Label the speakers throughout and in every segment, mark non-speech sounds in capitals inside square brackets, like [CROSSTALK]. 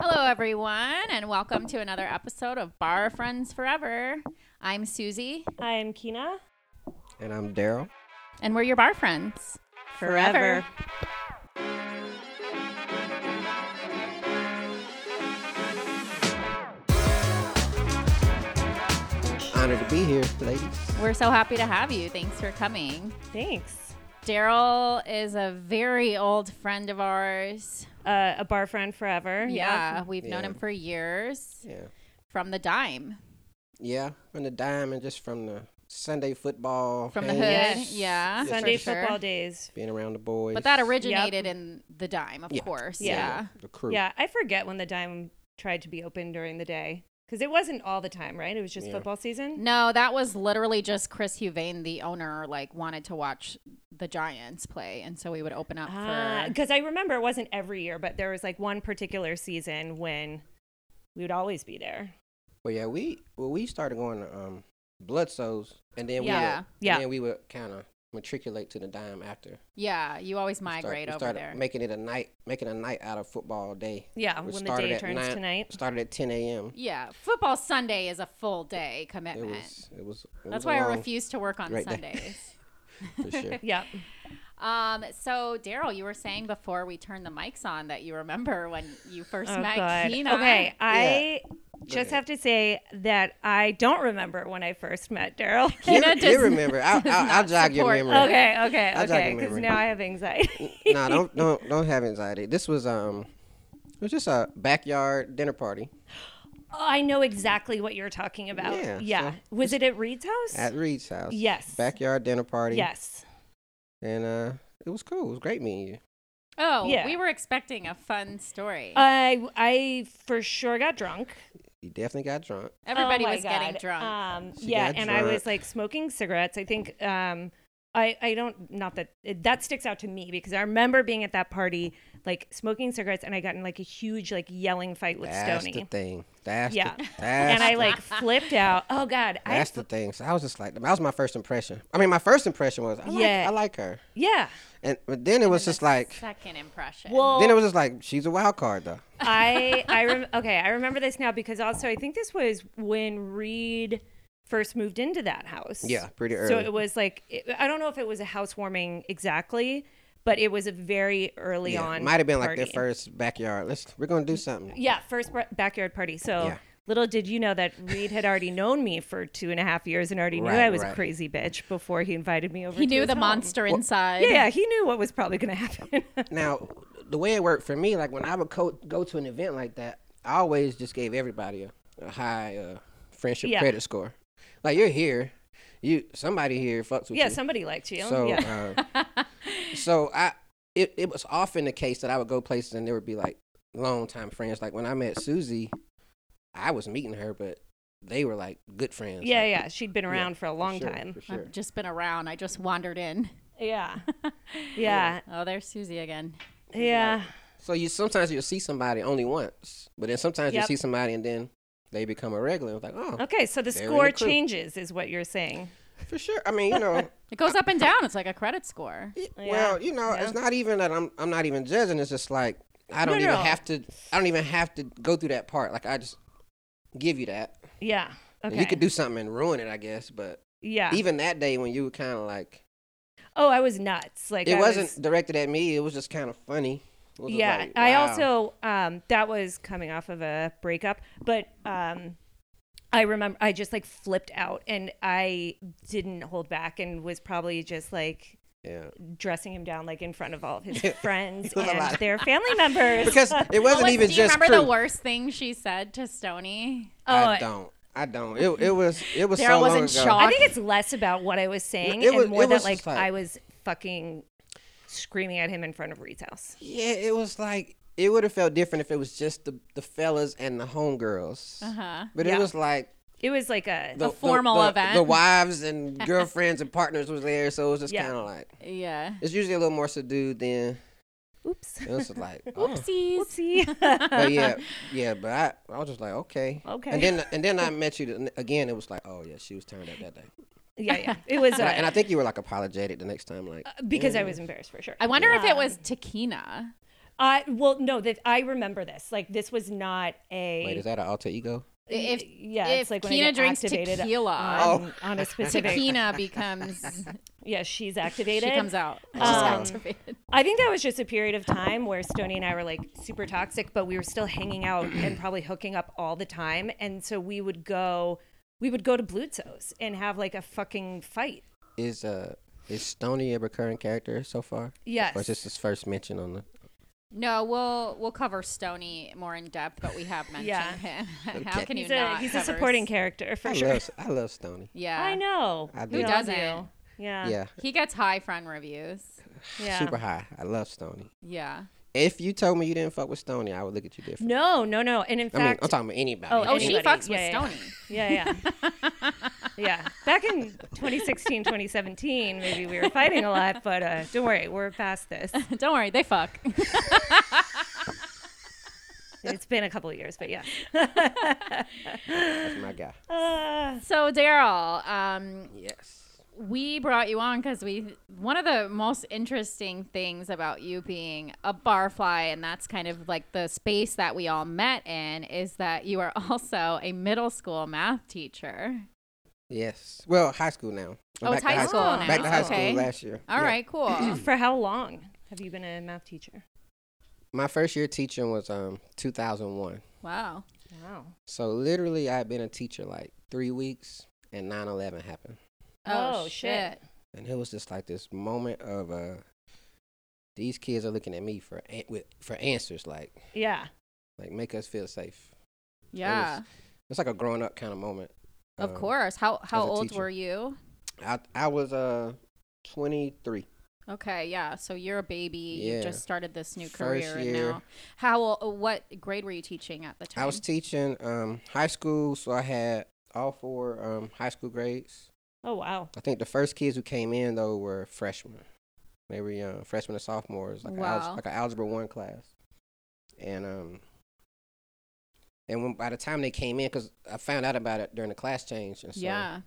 Speaker 1: Hello, everyone, and welcome to another episode of Bar Friends Forever. I'm Susie,
Speaker 2: I am Kina.
Speaker 3: And I'm Daryl.
Speaker 1: and we're your bar friends
Speaker 2: Forever.
Speaker 3: Honored to be here, ladies.
Speaker 1: We're so happy to have you. Thanks for coming.
Speaker 2: Thanks.
Speaker 1: Daryl is a very old friend of ours.
Speaker 2: Uh, a bar friend forever.
Speaker 1: Yeah, we've known
Speaker 3: Yeah.
Speaker 1: him for years
Speaker 3: Yeah.
Speaker 1: from the dime,
Speaker 3: Yeah. From the dime and just from the Sunday football.
Speaker 1: from the hood.
Speaker 3: hang,
Speaker 2: Yes.
Speaker 1: Yeah,
Speaker 3: Yes,
Speaker 2: Sunday
Speaker 1: for sure.
Speaker 2: football days.
Speaker 3: Being around the boys.
Speaker 1: But that originated in the dime, of
Speaker 3: Yeah.
Speaker 1: course.
Speaker 2: Yeah.
Speaker 1: yeah.
Speaker 3: The crew.
Speaker 2: Yeah, I forget when the dime tried to be open during the day because it wasn't all the time, right? It was just
Speaker 3: Yeah.
Speaker 2: football season.
Speaker 1: No, that was literally just Chris Huvain, the owner, like wanted to watch the Giants play, and so we would open up for.
Speaker 2: Because Ah, I remember it wasn't every year, but there was like one particular season when we would always be there.
Speaker 3: Well, yeah, we well we started going to um blood souls and then we
Speaker 1: Yeah.
Speaker 3: would,
Speaker 2: Yeah.
Speaker 3: and then we would kind of matriculate to the dime after.
Speaker 1: Yeah, you always
Speaker 3: We start-
Speaker 1: migrate
Speaker 3: we
Speaker 1: over
Speaker 3: started
Speaker 1: there.
Speaker 3: making it a night, making a night out of football day.
Speaker 2: Yeah,
Speaker 3: We
Speaker 2: when the
Speaker 3: started
Speaker 2: day
Speaker 3: at
Speaker 2: turns
Speaker 3: nine-
Speaker 2: to night.
Speaker 3: Started at 10 a.m.
Speaker 1: yeah, football Sunday is a full day
Speaker 3: It
Speaker 1: commitment.
Speaker 3: was it was. It
Speaker 1: That's
Speaker 3: was a
Speaker 1: why I
Speaker 3: long-
Speaker 1: refuse to work on
Speaker 3: great day.
Speaker 1: Sundays. [LAUGHS]
Speaker 3: for sure.
Speaker 2: Yeah.
Speaker 1: um, so Daryl, you were saying before we turned the mics on that you remember when
Speaker 2: [LAUGHS]
Speaker 1: you first
Speaker 2: Oh,
Speaker 1: met
Speaker 2: God.
Speaker 1: Kina.
Speaker 2: Okay, uh, I
Speaker 3: ahead.
Speaker 2: just have to say that I don't remember when I first met
Speaker 3: [LAUGHS]
Speaker 2: Daryl.
Speaker 3: You,
Speaker 1: Kina
Speaker 3: you
Speaker 1: does-
Speaker 3: remember?
Speaker 1: [LAUGHS]
Speaker 3: I'll, I'll, I'll
Speaker 1: not
Speaker 3: jog your
Speaker 1: support-
Speaker 3: memory.
Speaker 2: Okay, okay,
Speaker 3: I'll jog your
Speaker 2: okay. Because
Speaker 3: memory.
Speaker 2: now I have anxiety.
Speaker 3: no, don't don't don't have anxiety. This was um, it was just a backyard dinner party
Speaker 2: Oh, I know exactly what you're talking about. Yeah.
Speaker 3: Yeah, so
Speaker 2: Was it at Reed's house?
Speaker 3: at Reed's house.
Speaker 2: yes.
Speaker 3: Backyard dinner party.
Speaker 2: Yes.
Speaker 3: And uh, it was cool. It was great meeting you.
Speaker 1: Oh,
Speaker 2: Yeah. Uh, oh
Speaker 1: we were expecting a fun story.
Speaker 2: I I for sure got drunk.
Speaker 3: You definitely got drunk.
Speaker 1: Everybody
Speaker 2: Oh my
Speaker 1: was getting
Speaker 2: God.
Speaker 1: drunk.
Speaker 2: Um,
Speaker 3: She
Speaker 2: yeah,
Speaker 3: got
Speaker 2: and I
Speaker 3: drunk.
Speaker 2: was like smoking cigarettes. I think um, I I don't not that it, that sticks out to me because I remember being at that party like smoking cigarettes and I got in like a huge like yelling fight with
Speaker 3: that's
Speaker 2: Stony.
Speaker 3: the thing. That's
Speaker 2: Yeah.
Speaker 3: The,
Speaker 2: [LAUGHS]
Speaker 3: that's
Speaker 2: and I
Speaker 3: the-
Speaker 2: like flipped out. Oh God! I,
Speaker 3: That's the thing. So I was just like, that was my first impression. I mean, my first impression was, I like,
Speaker 2: Yeah.
Speaker 3: I like her.
Speaker 2: yeah,
Speaker 3: And but then it was just like,
Speaker 1: Second impression.
Speaker 2: well,
Speaker 3: then it was just like, she's a wild card though.
Speaker 2: I I rem- okay, I remember this now because also I think this was when Reed first moved into that house.
Speaker 3: Yeah, pretty
Speaker 2: So
Speaker 3: early.
Speaker 2: it was like it, I don't know if it was a housewarming exactly, but it was a very early
Speaker 3: Yeah,
Speaker 2: on.
Speaker 3: might have been like their
Speaker 2: party.
Speaker 3: first backyard. Let's we're gonna do something.
Speaker 2: Yeah, first br- backyard party. So
Speaker 3: Yeah.
Speaker 2: little did you know that Reed had already known me for two and a half years and already knew
Speaker 3: Right,
Speaker 2: I was a
Speaker 3: right.
Speaker 2: crazy bitch before he invited me over.
Speaker 1: he
Speaker 2: to
Speaker 1: knew
Speaker 2: his
Speaker 1: the
Speaker 2: home.
Speaker 1: monster inside.
Speaker 2: Yeah, yeah, he knew what was probably going to happen. [LAUGHS]
Speaker 3: Now, the way it worked for me, like when I would co- go to an event like that, I always just gave everybody a, a high uh, friendship
Speaker 2: Yeah.
Speaker 3: credit score. Like you're here, you somebody here fucks with
Speaker 2: yeah,
Speaker 3: [LAUGHS] you.
Speaker 2: somebody liked you.
Speaker 3: so, [LAUGHS]
Speaker 2: yeah.
Speaker 3: uh,
Speaker 2: [LAUGHS]
Speaker 3: so I it, it was often the case that I would go places and there would be like longtime friends. Like when I met Susie, I was meeting her, but they were like good friends.
Speaker 2: Yeah,
Speaker 3: Like,
Speaker 2: yeah, she'd been
Speaker 3: yeah,
Speaker 2: around for a
Speaker 3: for
Speaker 2: long
Speaker 3: sure,
Speaker 2: time.
Speaker 3: for sure.
Speaker 1: I've just been around. I just wandered in. [LAUGHS]
Speaker 2: Yeah. Yeah.
Speaker 1: Oh, there's Susie again.
Speaker 2: Yeah.
Speaker 3: So you sometimes you'll see somebody only once, but then sometimes
Speaker 2: Yep.
Speaker 3: you see somebody and then they become a regular. It's like, oh,
Speaker 2: Okay, so the
Speaker 3: They're in
Speaker 2: score
Speaker 3: the crew.
Speaker 2: changes is what you're saying.
Speaker 3: for sure. I mean,
Speaker 2: [LAUGHS]
Speaker 3: you know,
Speaker 1: It goes up and down. It's like a credit score.
Speaker 3: y-
Speaker 2: Yeah,
Speaker 3: well, you know,
Speaker 2: yeah.
Speaker 3: it's not even that I'm I'm not even judging. It's just like I don't
Speaker 2: No,
Speaker 3: even
Speaker 2: no.
Speaker 3: have to. I don't even have to go through that part. Like I just give you that.
Speaker 2: Yeah.
Speaker 3: And
Speaker 2: Okay.
Speaker 3: You could do something and ruin it, I guess. But
Speaker 2: Yeah.
Speaker 3: even that day when you were kind of like,
Speaker 2: oh, I was nuts. Like
Speaker 3: it
Speaker 2: I
Speaker 3: wasn't
Speaker 2: was-
Speaker 3: directed at me. It was just kind of funny. It was just
Speaker 2: yeah.
Speaker 3: like,
Speaker 2: I
Speaker 3: wow.
Speaker 2: also um that was coming off of a breakup, but um I remember I just like flipped out and I didn't hold back and was probably just like [LAUGHS]
Speaker 3: yeah
Speaker 2: dressing him down like in front of all
Speaker 3: [LAUGHS]
Speaker 2: of his friends
Speaker 3: was a lot.
Speaker 2: and their family members. [LAUGHS]
Speaker 3: [LAUGHS] because it wasn't
Speaker 1: What was-
Speaker 3: even
Speaker 1: Oh, do you
Speaker 3: just
Speaker 1: remember
Speaker 3: crew.
Speaker 1: the worst thing she said to Stony?
Speaker 2: oh,
Speaker 3: I don't. I don't. It, it was it was
Speaker 1: Daryl
Speaker 3: so
Speaker 1: was
Speaker 3: long
Speaker 1: in
Speaker 3: ago.
Speaker 1: shock.
Speaker 2: I think it's less about what I was saying
Speaker 3: It was-
Speaker 2: and more
Speaker 3: it
Speaker 2: that
Speaker 3: was
Speaker 2: like
Speaker 3: just like-
Speaker 2: I was fucking screaming at him in front of Reed's house.
Speaker 3: Yeah, it was like it would have felt different if it was just the the fellas and the homegirls.
Speaker 1: Uh-huh.
Speaker 3: But
Speaker 2: Yeah.
Speaker 3: it was like
Speaker 2: It was like a
Speaker 3: the, the-
Speaker 1: formal
Speaker 3: the-
Speaker 1: event.
Speaker 3: The wives and girlfriends and partners was there, so it was just
Speaker 2: Yeah.
Speaker 3: kind of like
Speaker 1: Yeah.
Speaker 3: it's usually a little more subdued than
Speaker 2: oops,
Speaker 3: [LAUGHS] it was just like. oh.
Speaker 1: Oopsies. [LAUGHS]
Speaker 2: oopsie. [LAUGHS]
Speaker 3: But yeah, yeah. But I, I was just like, okay,
Speaker 2: Okay.
Speaker 3: And then, and then I met you the- again. It was like, oh yeah, she was turned up that day.
Speaker 2: yeah, yeah. It was
Speaker 3: And Mm. I, and
Speaker 2: uh,
Speaker 3: I think you were like apologetic the next time, like
Speaker 2: because I was embarrassed for sure.
Speaker 1: I wonder if it was Takina.
Speaker 2: Um, I well, no, that I remember this. Like this was not a.
Speaker 3: Wait, is that an alter ego?
Speaker 1: If
Speaker 2: yeah,
Speaker 1: if
Speaker 2: it's like when I
Speaker 1: Kina
Speaker 2: get
Speaker 1: drinks
Speaker 2: activated
Speaker 1: tequila,
Speaker 3: Oh.
Speaker 2: on, on
Speaker 1: [LAUGHS]
Speaker 2: a
Speaker 3: [LAUGHS]
Speaker 2: specific.
Speaker 1: Tequila [LAUGHS] becomes
Speaker 2: Yeah, she's
Speaker 1: she
Speaker 2: activated.
Speaker 1: comes out. She's
Speaker 3: Oh.
Speaker 2: Um,
Speaker 1: activated.
Speaker 2: I think that was just a period of time where Stony and I were like super toxic, but we were still hanging
Speaker 3: [CLEARS THROAT]
Speaker 2: out and probably hooking up all the time. And so we would go, we would go to Blutzo's and have like a fucking fight.
Speaker 3: Is uh is Stony a recurring character so far,
Speaker 2: Yes.
Speaker 3: or is this his first mention on the?
Speaker 1: No, we'll we'll cover Stony more in depth, but we have mentioned
Speaker 2: Yeah.
Speaker 1: him. [LAUGHS] How
Speaker 3: Okay.
Speaker 1: can
Speaker 2: he's
Speaker 1: you
Speaker 2: a
Speaker 1: not?
Speaker 2: he's a
Speaker 1: cover
Speaker 2: supporting
Speaker 1: S-
Speaker 2: character for
Speaker 3: I
Speaker 2: sure.
Speaker 3: love I love Stony.
Speaker 1: Yeah,
Speaker 2: I know.
Speaker 3: I do.
Speaker 2: We
Speaker 3: Who
Speaker 2: all
Speaker 1: doesn't?
Speaker 2: do. Yeah.
Speaker 3: Yeah,
Speaker 1: He gets high friend reviews.
Speaker 2: Yeah.
Speaker 3: super high. I love Stony.
Speaker 1: Yeah.
Speaker 3: If you told me you didn't fuck with Stony, I would look at you different.
Speaker 2: No, no, no. And in
Speaker 3: I mean,
Speaker 2: fact,
Speaker 3: I'm talking about anybody.
Speaker 2: Oh,
Speaker 1: Oh, she
Speaker 2: Anybody.
Speaker 1: fucks with
Speaker 2: Yeah, yeah,
Speaker 1: Stony.
Speaker 2: yeah, yeah.
Speaker 1: [LAUGHS]
Speaker 2: yeah. Back in 2016, 2017, maybe we were fighting a lot, but uh, don't worry, we're past this.
Speaker 1: [LAUGHS] Don't worry, they fuck.
Speaker 2: It's been a couple of years,
Speaker 1: [LAUGHS]
Speaker 2: but yeah.
Speaker 3: That's my guy.
Speaker 2: Uh,
Speaker 1: So Daryl, um,
Speaker 3: Yes.
Speaker 1: we brought you on because we one of the most interesting things about you being a barfly, and that's kind of like the space that we all met in, is that you are [LAUGHS] also a middle school math teacher.
Speaker 3: Yes. Well, high school now.
Speaker 1: Oh, it's high school
Speaker 2: now.
Speaker 3: Back to high
Speaker 1: Okay.
Speaker 3: school last year.
Speaker 1: All
Speaker 3: Yeah.
Speaker 1: right,
Speaker 2: [CLEARS THROAT]
Speaker 1: cool.
Speaker 2: [LAUGHS] for how long have you been a math teacher?
Speaker 3: My first year teaching was um 2001.
Speaker 1: wow.
Speaker 2: Wow.
Speaker 3: So literally, I had been a teacher like three weeks, and 9/11 happened,
Speaker 1: Oh,
Speaker 2: Oh,
Speaker 1: shit.
Speaker 2: shit.
Speaker 3: and it was just like this moment of uh, these kids are looking at me for an- with for answers, like
Speaker 2: Yeah.
Speaker 3: like make us feel safe.
Speaker 1: Yeah.
Speaker 3: It's like a grown up kind of moment.
Speaker 1: Of
Speaker 3: Um,
Speaker 1: course. How how
Speaker 3: a
Speaker 1: old
Speaker 3: teacher.
Speaker 1: were you?
Speaker 3: I I was uh 23.
Speaker 1: Okay, yeah. So you're a baby. You
Speaker 3: Yeah.
Speaker 1: just started this new
Speaker 3: First
Speaker 1: career and
Speaker 3: year.
Speaker 1: now. How ol- what grade were you teaching at the time?
Speaker 3: I was teaching um high school, so I had all four um high school grades.
Speaker 2: Oh wow.
Speaker 3: I think the first kids who came in though were freshmen. They were young freshmen and sophomores, like a
Speaker 1: Wow.
Speaker 3: al- like an algebra one class. And um, and when by the time they came in, because I found out about it during the class change, and so
Speaker 1: yeah.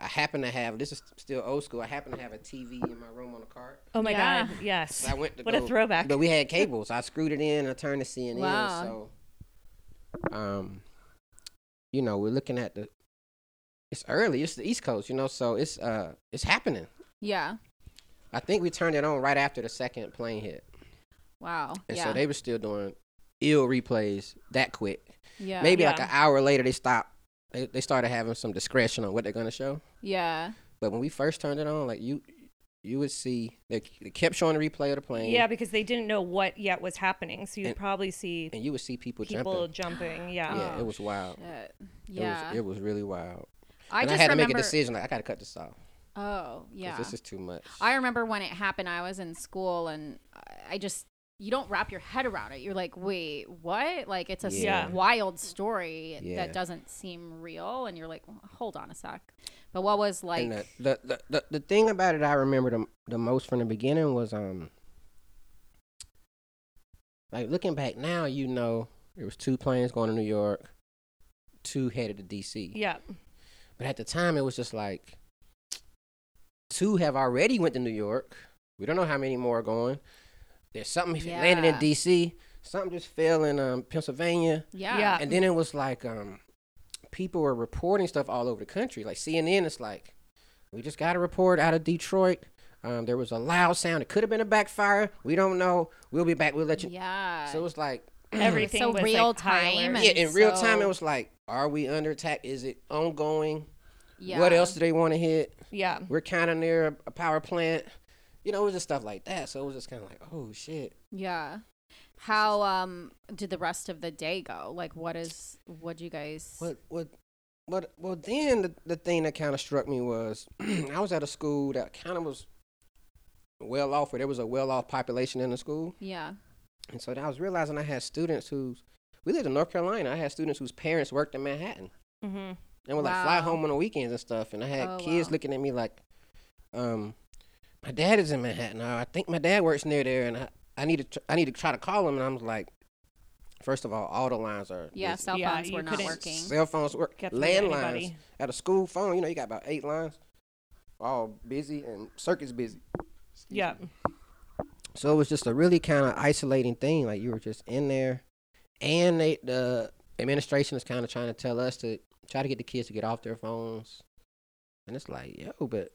Speaker 3: I happen to have this is still old school. I happen to have a TV in my room on a cart,
Speaker 2: Oh my
Speaker 1: Yeah.
Speaker 2: god.
Speaker 3: so
Speaker 2: Yes.
Speaker 3: I went to
Speaker 2: What a
Speaker 3: go-
Speaker 2: throwback.
Speaker 3: But we had cables. I screwed it in. I turned the CNN.
Speaker 1: Wow.
Speaker 3: So, um, you know, we're looking at the. It's early. It's the East Coast, you know, so it's uh, it's happening.
Speaker 1: Yeah.
Speaker 3: I think we turned it on right after the second plane hit,
Speaker 1: Wow.
Speaker 3: and
Speaker 1: yeah.
Speaker 3: so they were still doing ill replays that quick.
Speaker 1: yeah.
Speaker 3: Maybe like
Speaker 2: Yeah.
Speaker 3: an hour later, they stopped. They they started having some discretion on what they're gonna show.
Speaker 1: Yeah.
Speaker 3: But when we first turned it on, like you, you would see they, they kept showing the replay of the plane.
Speaker 2: yeah, because they didn't know what yet was happening, so you'd
Speaker 3: And-
Speaker 2: probably see
Speaker 3: and you would see people,
Speaker 2: people
Speaker 3: jumping.
Speaker 2: jumping. Yeah.
Speaker 3: Yeah,
Speaker 1: Oh,
Speaker 3: it was wild.
Speaker 1: Shit.
Speaker 3: It
Speaker 1: Yeah.
Speaker 3: was it was really wild.
Speaker 1: I
Speaker 3: and
Speaker 1: just
Speaker 3: I had to
Speaker 1: remember.
Speaker 3: make a decision like I gotta cut this off. 'cause
Speaker 1: Oh, yeah.
Speaker 3: This is too much.
Speaker 1: I remember when it happened. I was in school, and I just you don't wrap your head around it. You're like, wait, what? Like it's a s-
Speaker 3: Yeah.
Speaker 1: wild story
Speaker 3: Yeah.
Speaker 1: that doesn't seem real, and you're like, well, hold on a sec. But what was like?
Speaker 3: and the, the, the, the, the thing about it I remember the, the most from the beginning was um like looking back now, you know, there was two planes going to New York, two headed to DC.
Speaker 2: Yeah.
Speaker 1: [CLEARS THROAT]
Speaker 3: But at the time it was just like two have already went to New York. We don't know how many more are going. There's something landed in
Speaker 1: Yeah.
Speaker 3: DC, something just fell in um, Pennsylvania.
Speaker 1: yeah.
Speaker 2: Yeah.
Speaker 3: and then it was like um, people were reporting stuff all over the country. Like CNN is like, we just got a report out of Detroit. Um, there was a loud sound. It could have been a backfire. We don't know. We'll be back. We'll let you.
Speaker 1: Yeah.
Speaker 3: So it's like,
Speaker 2: Everything
Speaker 1: So
Speaker 2: was like,
Speaker 1: real
Speaker 2: high
Speaker 1: time
Speaker 2: alert.
Speaker 1: and-
Speaker 3: yeah, in real time,
Speaker 1: so-
Speaker 3: it was like, are we under attack? Is it ongoing?
Speaker 1: yeah. Mm-hmm.
Speaker 3: What else do they want to hit?
Speaker 2: Yeah.
Speaker 3: We're kind of near a, a power plant. You know, it was just stuff like that. So it was just kind of like, oh shit.
Speaker 1: Yeah. How um did the rest of the day go? Like, what is what do you guys?
Speaker 3: What what what well then the, the thing that kind of struck me was [CLEARS THROAT] I was at a school that kind of was well off or there was a well off population in the school.
Speaker 1: Yeah.
Speaker 3: And so then I was realizing I had students whose we lived in North Carolina. I had students whose parents worked in Manhattan
Speaker 2: Mm-hmm.
Speaker 3: and would like fly
Speaker 1: Wow.
Speaker 3: home on the weekends and stuff. And I had
Speaker 1: Oh,
Speaker 3: kids
Speaker 1: wow.
Speaker 3: looking at me like, um, my dad is in Manhattan. Or I think my dad works near there, and I, I need to tr- I need to try to call him. And I'm like, first of all, all the lines are
Speaker 1: Yeah.
Speaker 3: busy.
Speaker 1: Cell
Speaker 2: Yeah,
Speaker 1: phones
Speaker 2: you
Speaker 1: were not
Speaker 2: couldn't-
Speaker 1: working.
Speaker 3: Cell phones work.
Speaker 2: Get through to
Speaker 3: Landlines
Speaker 2: anybody.
Speaker 3: at a school phone. You know, you got about eight lines, all busy and circuits busy.
Speaker 2: Yeah.
Speaker 3: So it was just a really kind of isolating thing. Like you were just in there, and they, the administration is kind of trying to tell us to try to get the kids to get off their phones, and it's like, yo, but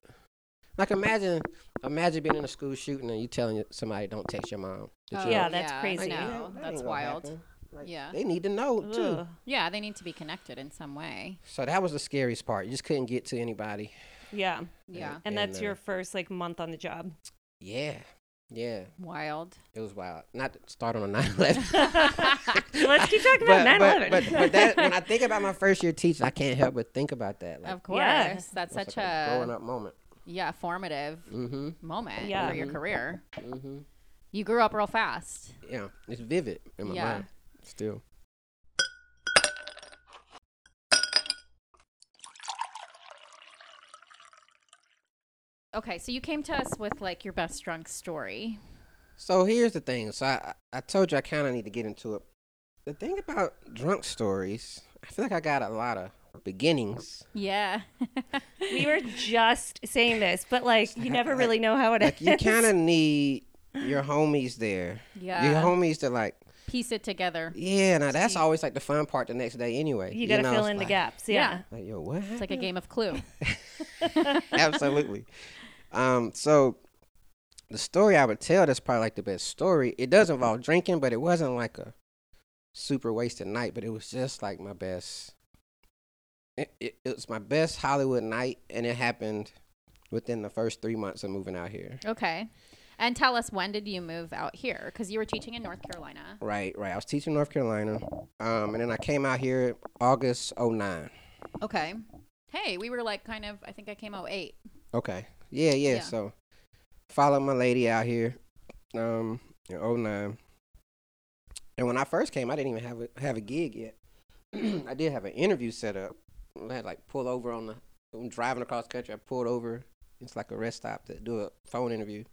Speaker 3: like imagine, imagine being in a school shooting and you telling somebody don't text your mom. that
Speaker 1: Oh,
Speaker 3: you're
Speaker 2: Yeah,
Speaker 3: up."
Speaker 2: that's crazy.
Speaker 1: No,
Speaker 3: that- that ain't
Speaker 1: that's
Speaker 3: gonna
Speaker 1: wild.
Speaker 3: happen. Like,
Speaker 1: Yeah.
Speaker 3: they need to know too.
Speaker 2: Ugh.
Speaker 1: Yeah, they need to be connected in some way.
Speaker 3: So that was the scariest part. You just couldn't get to anybody.
Speaker 2: Yeah.
Speaker 1: Yeah.
Speaker 2: And that's
Speaker 3: uh,
Speaker 2: your first like month on the job.
Speaker 3: yeah, yeah.
Speaker 1: Wild.
Speaker 3: It was wild. Not to start on a [LAUGHS] 9/11.
Speaker 2: [LAUGHS] Let's keep talking about 9
Speaker 3: but, but, but, but that when I think about my first year teaching, I can't help but think about that. Like,
Speaker 1: Of course.
Speaker 2: Yeah.
Speaker 1: That's
Speaker 3: that's
Speaker 1: such
Speaker 3: like growing
Speaker 1: a
Speaker 3: up moment.
Speaker 1: yeah, formative
Speaker 3: Mm-hmm.
Speaker 1: moment
Speaker 2: Yeah.
Speaker 1: for your career.
Speaker 3: Mm-hmm.
Speaker 1: You grew up real fast.
Speaker 3: Yeah, it's vivid in my
Speaker 1: Yeah.
Speaker 3: mind still.
Speaker 1: Okay, so you came to us with like your best drunk story.
Speaker 3: So here's the thing. So I, I told you I kind of need to get into it. The thing about drunk stories, I feel like I got a lot of beginnings.
Speaker 1: Yeah.
Speaker 2: we
Speaker 3: [LAUGHS]
Speaker 2: were just saying this, but like you never really know how it
Speaker 3: Like
Speaker 2: ends.
Speaker 3: you kind of need your homies there.
Speaker 1: [LAUGHS] yeah.
Speaker 3: Your homies to like,
Speaker 1: Piece it together.
Speaker 3: yeah. Now that's always like the fun part the next day anyway.
Speaker 2: you got to
Speaker 3: know,
Speaker 2: fill
Speaker 3: it's
Speaker 2: in the
Speaker 3: like-
Speaker 2: gaps.
Speaker 1: Yeah.
Speaker 2: Yeah.
Speaker 3: Like yo, what?
Speaker 1: It's like a game of clue. [LAUGHS]
Speaker 3: [LAUGHS] Absolutely. Um, so the story I would tell that's probably like the best story. It does involve drinking, but it wasn't like a super wasted night, but it was just like my best it, it, it was my best Hollywood night and it happened within the first three months of moving out here.
Speaker 1: Okay. And tell us when did you move out here? Because you were teaching in North Carolina.
Speaker 3: Right, right. I was teaching in North Carolina. Um, and then I came out here August '09.
Speaker 1: Okay. Hey, we were like kind of. I think I came out eight.
Speaker 3: Okay. Yeah, yeah.
Speaker 1: Yeah.
Speaker 3: So followed my lady out here, um, in 09. And when I first came, I didn't even have a have a gig yet. [CLEARS THROAT] I did have an interview set up. I had like pull over on the I'm driving across country, I pulled over. It's like a rest stop to do a phone interview.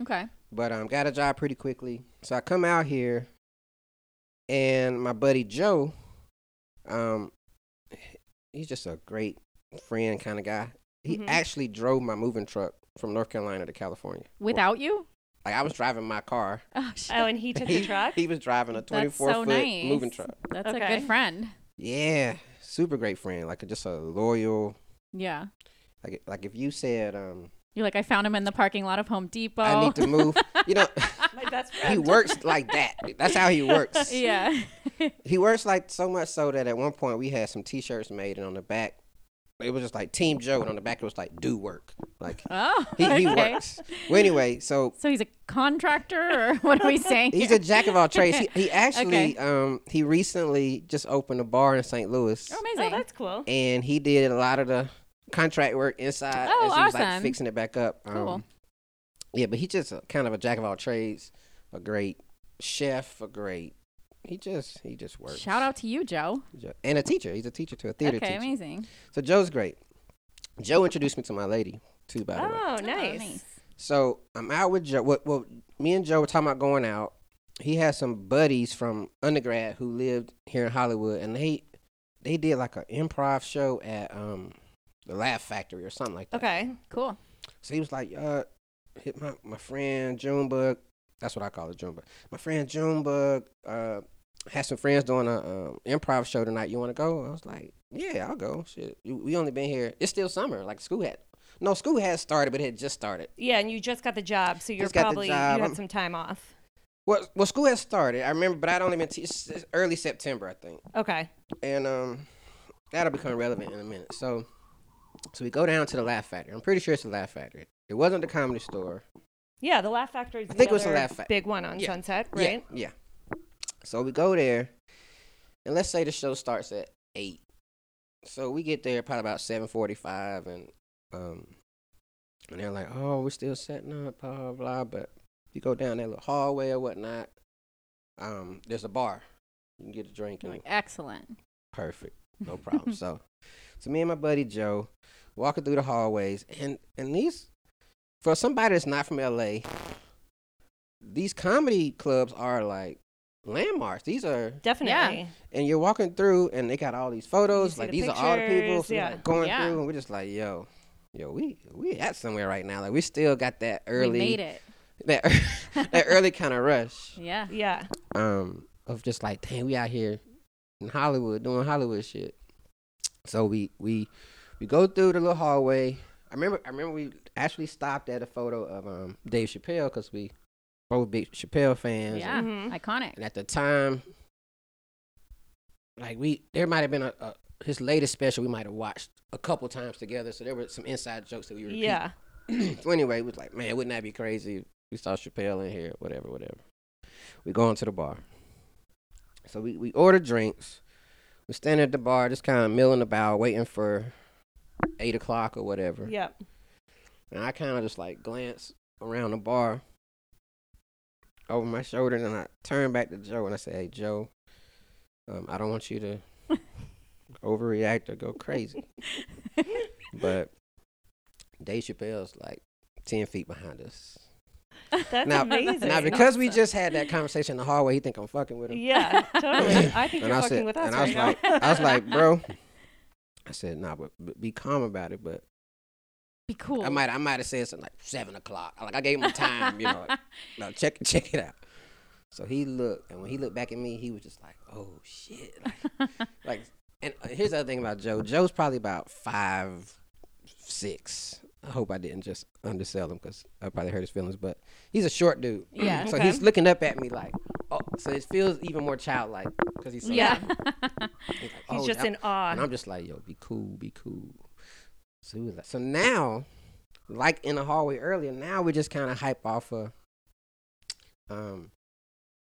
Speaker 1: Okay.
Speaker 3: But um got a job pretty quickly. So I come out here and my buddy Joe, um he's just a great friend kind of guy. He
Speaker 2: Mhm.
Speaker 3: actually drove my moving truck from North Carolina to California.
Speaker 1: Without you?
Speaker 3: Like I was driving my car.
Speaker 1: Oh, shit.
Speaker 2: [LAUGHS] Oh, and he
Speaker 3: [LAUGHS]
Speaker 2: took the
Speaker 3: He,
Speaker 2: truck.
Speaker 3: he was driving a twenty
Speaker 1: That's
Speaker 3: four
Speaker 1: so
Speaker 3: foot
Speaker 1: nice.
Speaker 3: moving truck.
Speaker 1: That's a
Speaker 2: Okay.
Speaker 1: good friend.
Speaker 3: Yeah. Super great friend. Like just a loyal
Speaker 1: Yeah.
Speaker 3: like like if you said um
Speaker 1: You're like, I found him in the parking lot of Home Depot.
Speaker 3: I
Speaker 1: [LAUGHS]
Speaker 3: need to move
Speaker 2: [LAUGHS]
Speaker 3: you know [LAUGHS]
Speaker 2: My best
Speaker 3: he
Speaker 2: friend.
Speaker 3: works like that. That's how he works.
Speaker 2: [LAUGHS]
Speaker 1: yeah.
Speaker 3: He works like so much so that at one point we had some T-shirts made, and on the back, it was just like Team Joe, and on the back it was like "Do work." Like
Speaker 1: Oh.
Speaker 3: [LAUGHS] he, he
Speaker 1: okay.
Speaker 3: works. Well,
Speaker 1: [LAUGHS]
Speaker 3: anyway, so
Speaker 1: So he's a contractor, or [LAUGHS] what
Speaker 2: [LAUGHS]
Speaker 1: are we saying?
Speaker 3: he's
Speaker 1: here?
Speaker 3: a jack of all trades. He, he actually, um, he recently just opened a bar in St. Louis,
Speaker 1: Oh,
Speaker 2: Oh,
Speaker 1: amazing.
Speaker 2: that's cool.
Speaker 3: and he did a lot of the contract work inside
Speaker 1: Oh,
Speaker 3: as he was like
Speaker 1: awesome.
Speaker 3: fixing it back up. Um,
Speaker 1: Cool.
Speaker 3: yeah, but he's just a, kind of a jack of all trades, a great chef, a great. He just he just works.
Speaker 1: Shout out to you, Joe.
Speaker 3: Joe- and a teacher. He's a teacher to a theater
Speaker 1: okay,
Speaker 3: teacher.
Speaker 1: amazing.
Speaker 3: So Joe's great. Joe introduced me to my lady too, by the way.
Speaker 2: Oh,
Speaker 1: Oh,
Speaker 2: nice.
Speaker 3: So I'm out with Joe. Well, well, me and Joe were talking about going out. He had some buddies from undergrad who lived here in Hollywood, and they they did like an improv show at um the Laugh Factory or something like that.
Speaker 2: Okay.
Speaker 1: Cool.
Speaker 3: So he was like, uh, hit my, my friend Junebug. That's what I call it, Junebug. My friend Junebug uh, has some friends doing a um, improv show tonight. You want to go? I was like, yeah, I'll go. Shit, you- we only been here. It's still summer. Like school had, no, school had started, but it had just started.
Speaker 2: Yeah, and you just got the job, so you're
Speaker 3: Just got the
Speaker 2: probably
Speaker 3: job.
Speaker 2: you
Speaker 3: I'm-
Speaker 2: had some time off.
Speaker 3: Well, well, school had started. I remember, but I'd only been te- it's- it's early September, I think,
Speaker 2: Okay.
Speaker 3: and um, that'll become relevant in a minute. So, so we go down to the Laugh Factory. I'm pretty sure it's the Laugh Factory. It wasn't the Comedy Store.
Speaker 2: Yeah, the Laugh Factory. is
Speaker 3: I think
Speaker 2: the
Speaker 3: it was the
Speaker 2: other
Speaker 3: Laugh Fac-
Speaker 2: Big one on
Speaker 3: Yeah.
Speaker 2: Sunset, right?
Speaker 3: Yeah, yeah. So we go there, and let's say the show starts at eight. So we get there probably about seven forty-five, and um, and they're like, "Oh, we're still setting up, blah blah." blah. But you go down that little hallway or whatnot. Um, there's a bar. You can get a drink and
Speaker 1: Excellent.
Speaker 3: perfect, no problem. so, so me and my buddy Joe walking through the hallways, and and these for somebody that's not from LA, these comedy clubs are like landmarks. These are,
Speaker 2: Definitely.
Speaker 3: and you're walking through, and they got all these photos.
Speaker 2: see
Speaker 3: like
Speaker 2: the
Speaker 3: these are all the people
Speaker 2: pictures,
Speaker 3: from, like,
Speaker 2: yeah.
Speaker 3: going
Speaker 1: Yeah.
Speaker 3: through, and we're just like, yo, yo, we we at somewhere right now. Like we still got that early
Speaker 1: We made it.
Speaker 3: that [LAUGHS] that early kind of rush
Speaker 1: Yeah.
Speaker 2: Yeah.
Speaker 3: um of just like dang we out here in Hollywood doing Hollywood shit. So we we we go through the little hallway. I remember I remember we actually stopped at a photo of um Dave Chappelle because we both big Chappelle fans.
Speaker 1: Yeah.
Speaker 2: Mhm.
Speaker 1: Iconic.
Speaker 2: [LAUGHS]
Speaker 3: And at the time, like we there might have been a, a his latest special we might have watched a couple times together. So there were some inside jokes that we were
Speaker 2: Yeah.
Speaker 3: [CLEARS THROAT] so anyway, it was like, man, wouldn't that be crazy? if We saw Chappelle in here, whatever, whatever. We go into the bar. So we, we order drinks. We're standing at the bar, just kind of milling about, waiting for eight o'clock or whatever.
Speaker 2: Yep.
Speaker 3: And I kind of just like glance around the bar over my shoulder, and then I turn back to Joe and I say, "Hey, Joe, um, I don't want you to overreact or go crazy, but Dave Chappelle's like ten feet behind us."
Speaker 2: That's
Speaker 3: Now-
Speaker 2: amazing.
Speaker 3: Now, [LAUGHS] because we just had that conversation in the hallway, he think I'm fucking with
Speaker 2: [LAUGHS]
Speaker 3: him.
Speaker 2: yeah, totally. I think
Speaker 3: And
Speaker 2: you're
Speaker 3: I
Speaker 2: fucking
Speaker 3: said-
Speaker 2: with us
Speaker 3: and I
Speaker 2: right
Speaker 3: was
Speaker 2: now. [LAUGHS]
Speaker 3: like- I was like, "Bro," I said, "Nah, but, but be calm about it." But
Speaker 1: Be cool.
Speaker 3: I might I might have said something like seven o'clock. Like I gave him a time, you know. like, no, check [LAUGHS] check it out. So he looked, and when he looked back at me, he was just like, "Oh shit!"
Speaker 1: [LAUGHS]
Speaker 3: Like, like and uh, here's the other thing about Joe. Joe's probably about five, six. I hope I didn't just undersell him because I probably hurt his feelings. But he's a short dude,
Speaker 1: Yeah.
Speaker 3: so
Speaker 2: Okay.
Speaker 3: he's looking up at me like, "Oh," so it feels even more childlike because he's so
Speaker 2: Yeah.
Speaker 3: he's, like,
Speaker 2: He's
Speaker 3: "Oh,
Speaker 2: just
Speaker 3: I'm-
Speaker 2: in awe.
Speaker 3: and I'm just like, yo, be cool, be cool. So, he was like, so now, like in the hallway earlier, now we're just kind of hype off of, um,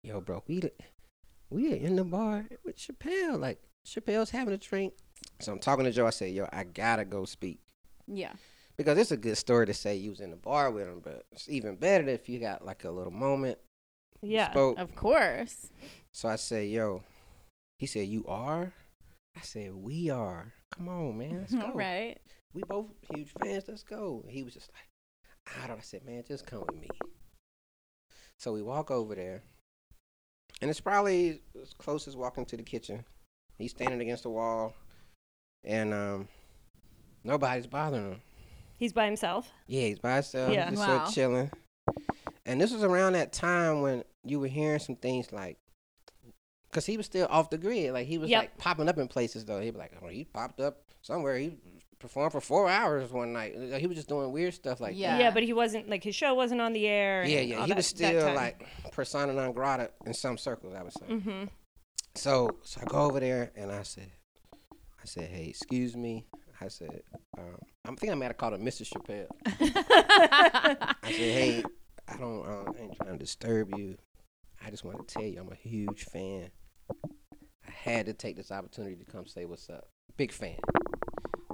Speaker 3: yo, bro, we we are in the bar with Chappelle. Like Chappelle's having a drink. So I'm talking to Joe. I say, yo, I gotta go speak
Speaker 1: [LAUGHS] yeah.
Speaker 3: because it's a good story to say you was in the bar with him, but it's even better if you got like a little moment. you
Speaker 2: yeah.
Speaker 3: spoke.
Speaker 1: Of course.
Speaker 3: So I said, yo. He said, you are. I said, we are. Come on, man. Let's go
Speaker 1: [LAUGHS] All right.
Speaker 3: [LAUGHS] we both huge fans. Let's go. And he was just like, I don't. I said, man, just come with me. So we walk over there, and it's probably as close as walking to the kitchen. He's standing against the wall, and um, nobody's bothering him.
Speaker 2: He's by himself.
Speaker 3: Yeah, he's by himself,
Speaker 2: Yeah.
Speaker 3: just
Speaker 1: Wow.
Speaker 3: sort of chilling. And this was around that time when you were hearing some things like, because he was still off the grid. Like, he was
Speaker 2: Yep.
Speaker 3: like popping up in places, though. He'd be like, oh, he popped up somewhere. He performed for four hours one night. Like, he was just doing weird stuff like
Speaker 1: Yeah.
Speaker 2: Yeah. but he wasn't like his show wasn't on the air.
Speaker 3: that.
Speaker 2: and
Speaker 3: Yeah, yeah.
Speaker 2: all
Speaker 3: He
Speaker 2: that-
Speaker 3: was
Speaker 2: that
Speaker 3: still
Speaker 2: time.
Speaker 3: like persona non grata in some circles, I would say.
Speaker 2: Mhm.
Speaker 3: So, so I go over there and I said, I said, hey, excuse me. I said, um, I'm thinking I might have called him Mr. Chappelle. I said, hey, I don't, uh, I ain't trying to disturb you. I just want to tell you, I'm a huge fan. I had to take this opportunity to come say what's up. Big fan.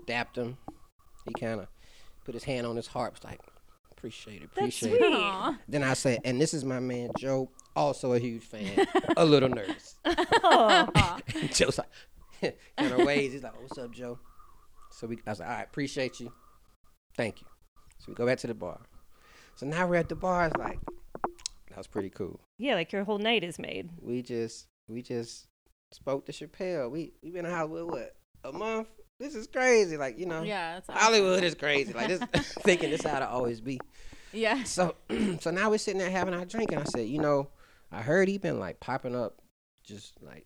Speaker 3: Dapped him. He kind of put his hand on his heart. Was like, appreciate it, appreciate it.
Speaker 2: sweet.
Speaker 1: Aw.
Speaker 3: Then I said, and this is my man Joe, also a huge fan. a little nervous.
Speaker 2: [LAUGHS] Oh,
Speaker 3: [LAUGHS] Joe's like, [LAUGHS] kind of waves. He's like, "Oh, "What's up, Joe?" So we, I was like, "All right, appreciate you, thank you." So we go back to the bar. So now we're at the bar. It's like that was pretty cool.
Speaker 2: yeah, like your whole night is made.
Speaker 3: We just we just spoke to Chappelle. We we been in Hollywood what a month. This is crazy. Like you
Speaker 1: [LAUGHS]
Speaker 3: know,
Speaker 1: Yeah. That's awesome.
Speaker 3: Hollywood is crazy. Like this, [LAUGHS] thinking this how to always be.
Speaker 1: Yeah.
Speaker 3: [LAUGHS] So [CLEARS THROAT] so now we're sitting there having our drink, and I said, you know, I heard he been like popping up, just like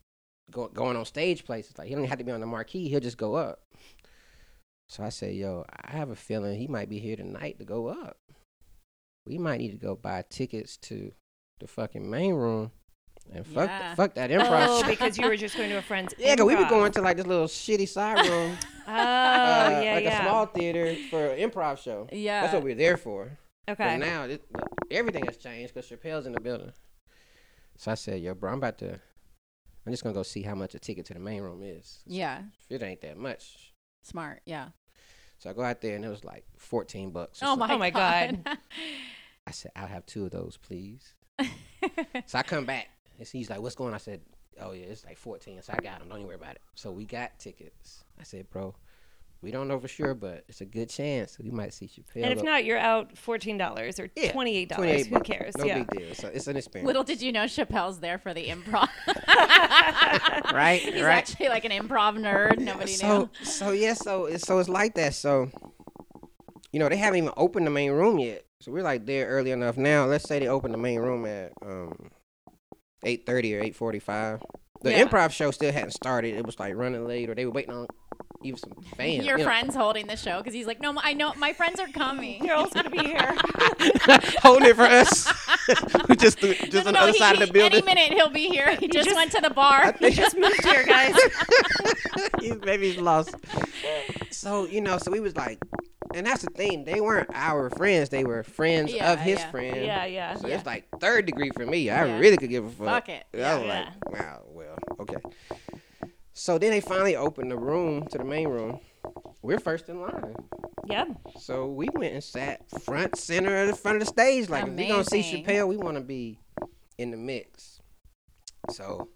Speaker 3: go, going on stage places. Like he don't have to be on the marquee; he'll just go up. So I said, yo, I have a feeling he might be here tonight to go up. We might need to go buy tickets to the fucking main room and fuck
Speaker 1: Yeah.
Speaker 3: fuck that improv.
Speaker 2: Oh,
Speaker 3: shit.
Speaker 2: because you were just going to a friend's.
Speaker 3: yeah, cause we were
Speaker 2: improv.
Speaker 3: going to like this little shitty side room,
Speaker 2: [LAUGHS] Oh,
Speaker 3: uh,
Speaker 2: yeah,
Speaker 3: like
Speaker 2: yeah.
Speaker 3: a small theater for an improv show.
Speaker 1: Yeah.
Speaker 3: That's what we we're there for. But
Speaker 2: okay.
Speaker 3: now it, everything has changed because Chappelle's in the building. So I said, "Yo, bro, I'm about to. I'm just gonna go see how much a ticket to the main room is.
Speaker 1: yeah.
Speaker 3: It ain't that much."
Speaker 1: Smart. Yeah.
Speaker 3: So I go out there and it was like 14 bucks. or
Speaker 1: Oh my,
Speaker 3: something.
Speaker 2: Oh my God.
Speaker 3: I said, "I'll have two of those, please." so I come back and he's like, "What's going?" on? I said, "Oh yeah, it's like 14." So I got them. Don't you worry about it. So we got tickets. I said, "Bro, we don't know for sure, but it's a good chance we might see Chappelle."
Speaker 2: And if
Speaker 3: up-
Speaker 2: not, you're out fourteen dollars or
Speaker 3: Yeah,
Speaker 2: twenty eight dollars.
Speaker 3: 28
Speaker 2: Who
Speaker 3: bucks.
Speaker 2: cares? [LAUGHS]
Speaker 3: No
Speaker 2: yeah.
Speaker 3: big deal. So it's an
Speaker 1: [LAUGHS]
Speaker 3: experience,
Speaker 1: Little did you know Chappelle's there for the improv.
Speaker 3: [LAUGHS] right?
Speaker 1: He's
Speaker 3: right.
Speaker 1: actually like an improv nerd. Nobody
Speaker 3: so
Speaker 1: knew.
Speaker 3: so yeah so it's so it's like that so you know they haven't even opened the main room yet So we're like there early enough now. Let's say they open the main room at um eight thirty or eight forty five. The
Speaker 2: Yeah.
Speaker 3: improv show still hadn't started. It was like running late, or they were waiting on
Speaker 1: [LAUGHS]
Speaker 3: even some fans.
Speaker 1: Your
Speaker 3: you [LAUGHS] know,
Speaker 1: friend's holding the show because he's like, no, I know my friends are coming.
Speaker 2: Carol's gonna be here.
Speaker 3: [LAUGHS] holding it
Speaker 1: [LAUGHS]
Speaker 3: for us. [LAUGHS] we just threw- just
Speaker 1: No, no,
Speaker 3: on the
Speaker 1: no,
Speaker 3: other
Speaker 1: he-
Speaker 3: side of
Speaker 1: he-
Speaker 3: the building.
Speaker 1: Any minute he'll be here. He, just,
Speaker 2: just-
Speaker 1: went to the bar.
Speaker 2: [LAUGHS]
Speaker 3: I think- [LAUGHS]
Speaker 2: Just moved here, guys.
Speaker 3: he's maybe he's lost. So you know, so we was like, and that's the thing. They weren't our friends. They were friends
Speaker 1: Yeah,
Speaker 3: of his
Speaker 1: yeah.
Speaker 3: friend.
Speaker 2: Yeah, yeah.
Speaker 3: So
Speaker 1: Yeah.
Speaker 3: it's like third degree for me. I
Speaker 1: Yeah.
Speaker 3: really could give a fuck.
Speaker 1: [LAUGHS] Fuck it.
Speaker 3: I was
Speaker 2: Yeah.
Speaker 3: like, wow, well, okay. So then they finally opened the room to the main room. We're first in line.
Speaker 2: Yep.
Speaker 3: So we went and sat front center at the front of the stage. Like if we're gonna see
Speaker 1: Amazing.
Speaker 3: Chappelle, we wanna be in the mix. So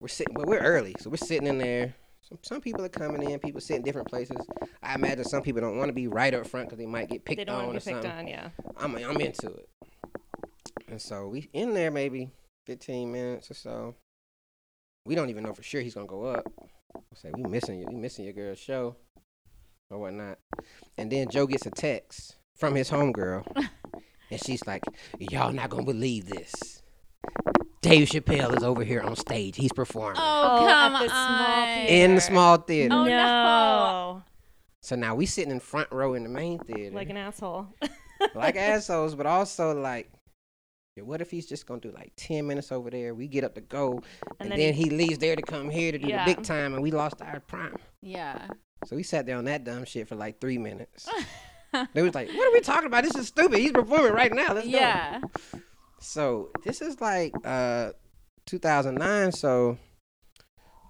Speaker 3: we're sitting but we're early, so we're sitting in there. Some, some people are coming in, people sit in different places. I imagine some people don't want to be right up front because they might get picked
Speaker 2: They don't
Speaker 3: on
Speaker 2: want to
Speaker 3: or
Speaker 2: be picked on.
Speaker 3: something.
Speaker 2: Yeah.
Speaker 3: I'm I'm into it. And so we in there maybe 15 minutes or so. We don't even know for sure he's gonna go up. I say we missing you, we missing your girl's show or whatnot. And then Joe gets a text from his homegirl, and she's like, "Y'all not gonna believe this. Dave Chappelle is over here on stage. He's performing
Speaker 1: Oh,
Speaker 2: Oh,
Speaker 1: come
Speaker 2: at the small
Speaker 1: on.
Speaker 2: theater.
Speaker 3: in the small theater."
Speaker 1: Oh, no.
Speaker 2: no.
Speaker 3: So now we sitting in front row in the main theater,
Speaker 2: Like an asshole.
Speaker 3: like assholes, but also like, yeah, what if he's just gonna do like ten minutes over there? We get up to go, and,
Speaker 2: then
Speaker 3: then he, leaves there to come here to do
Speaker 2: Yeah.
Speaker 3: the big time, and we lost our prime.
Speaker 1: Yeah.
Speaker 3: So we sat there on that dumb shit for like three minutes. they was like, "What are we talking about? This is stupid. He's performing right now. Let's go."
Speaker 1: Yeah.
Speaker 3: So this is like uh 2009. So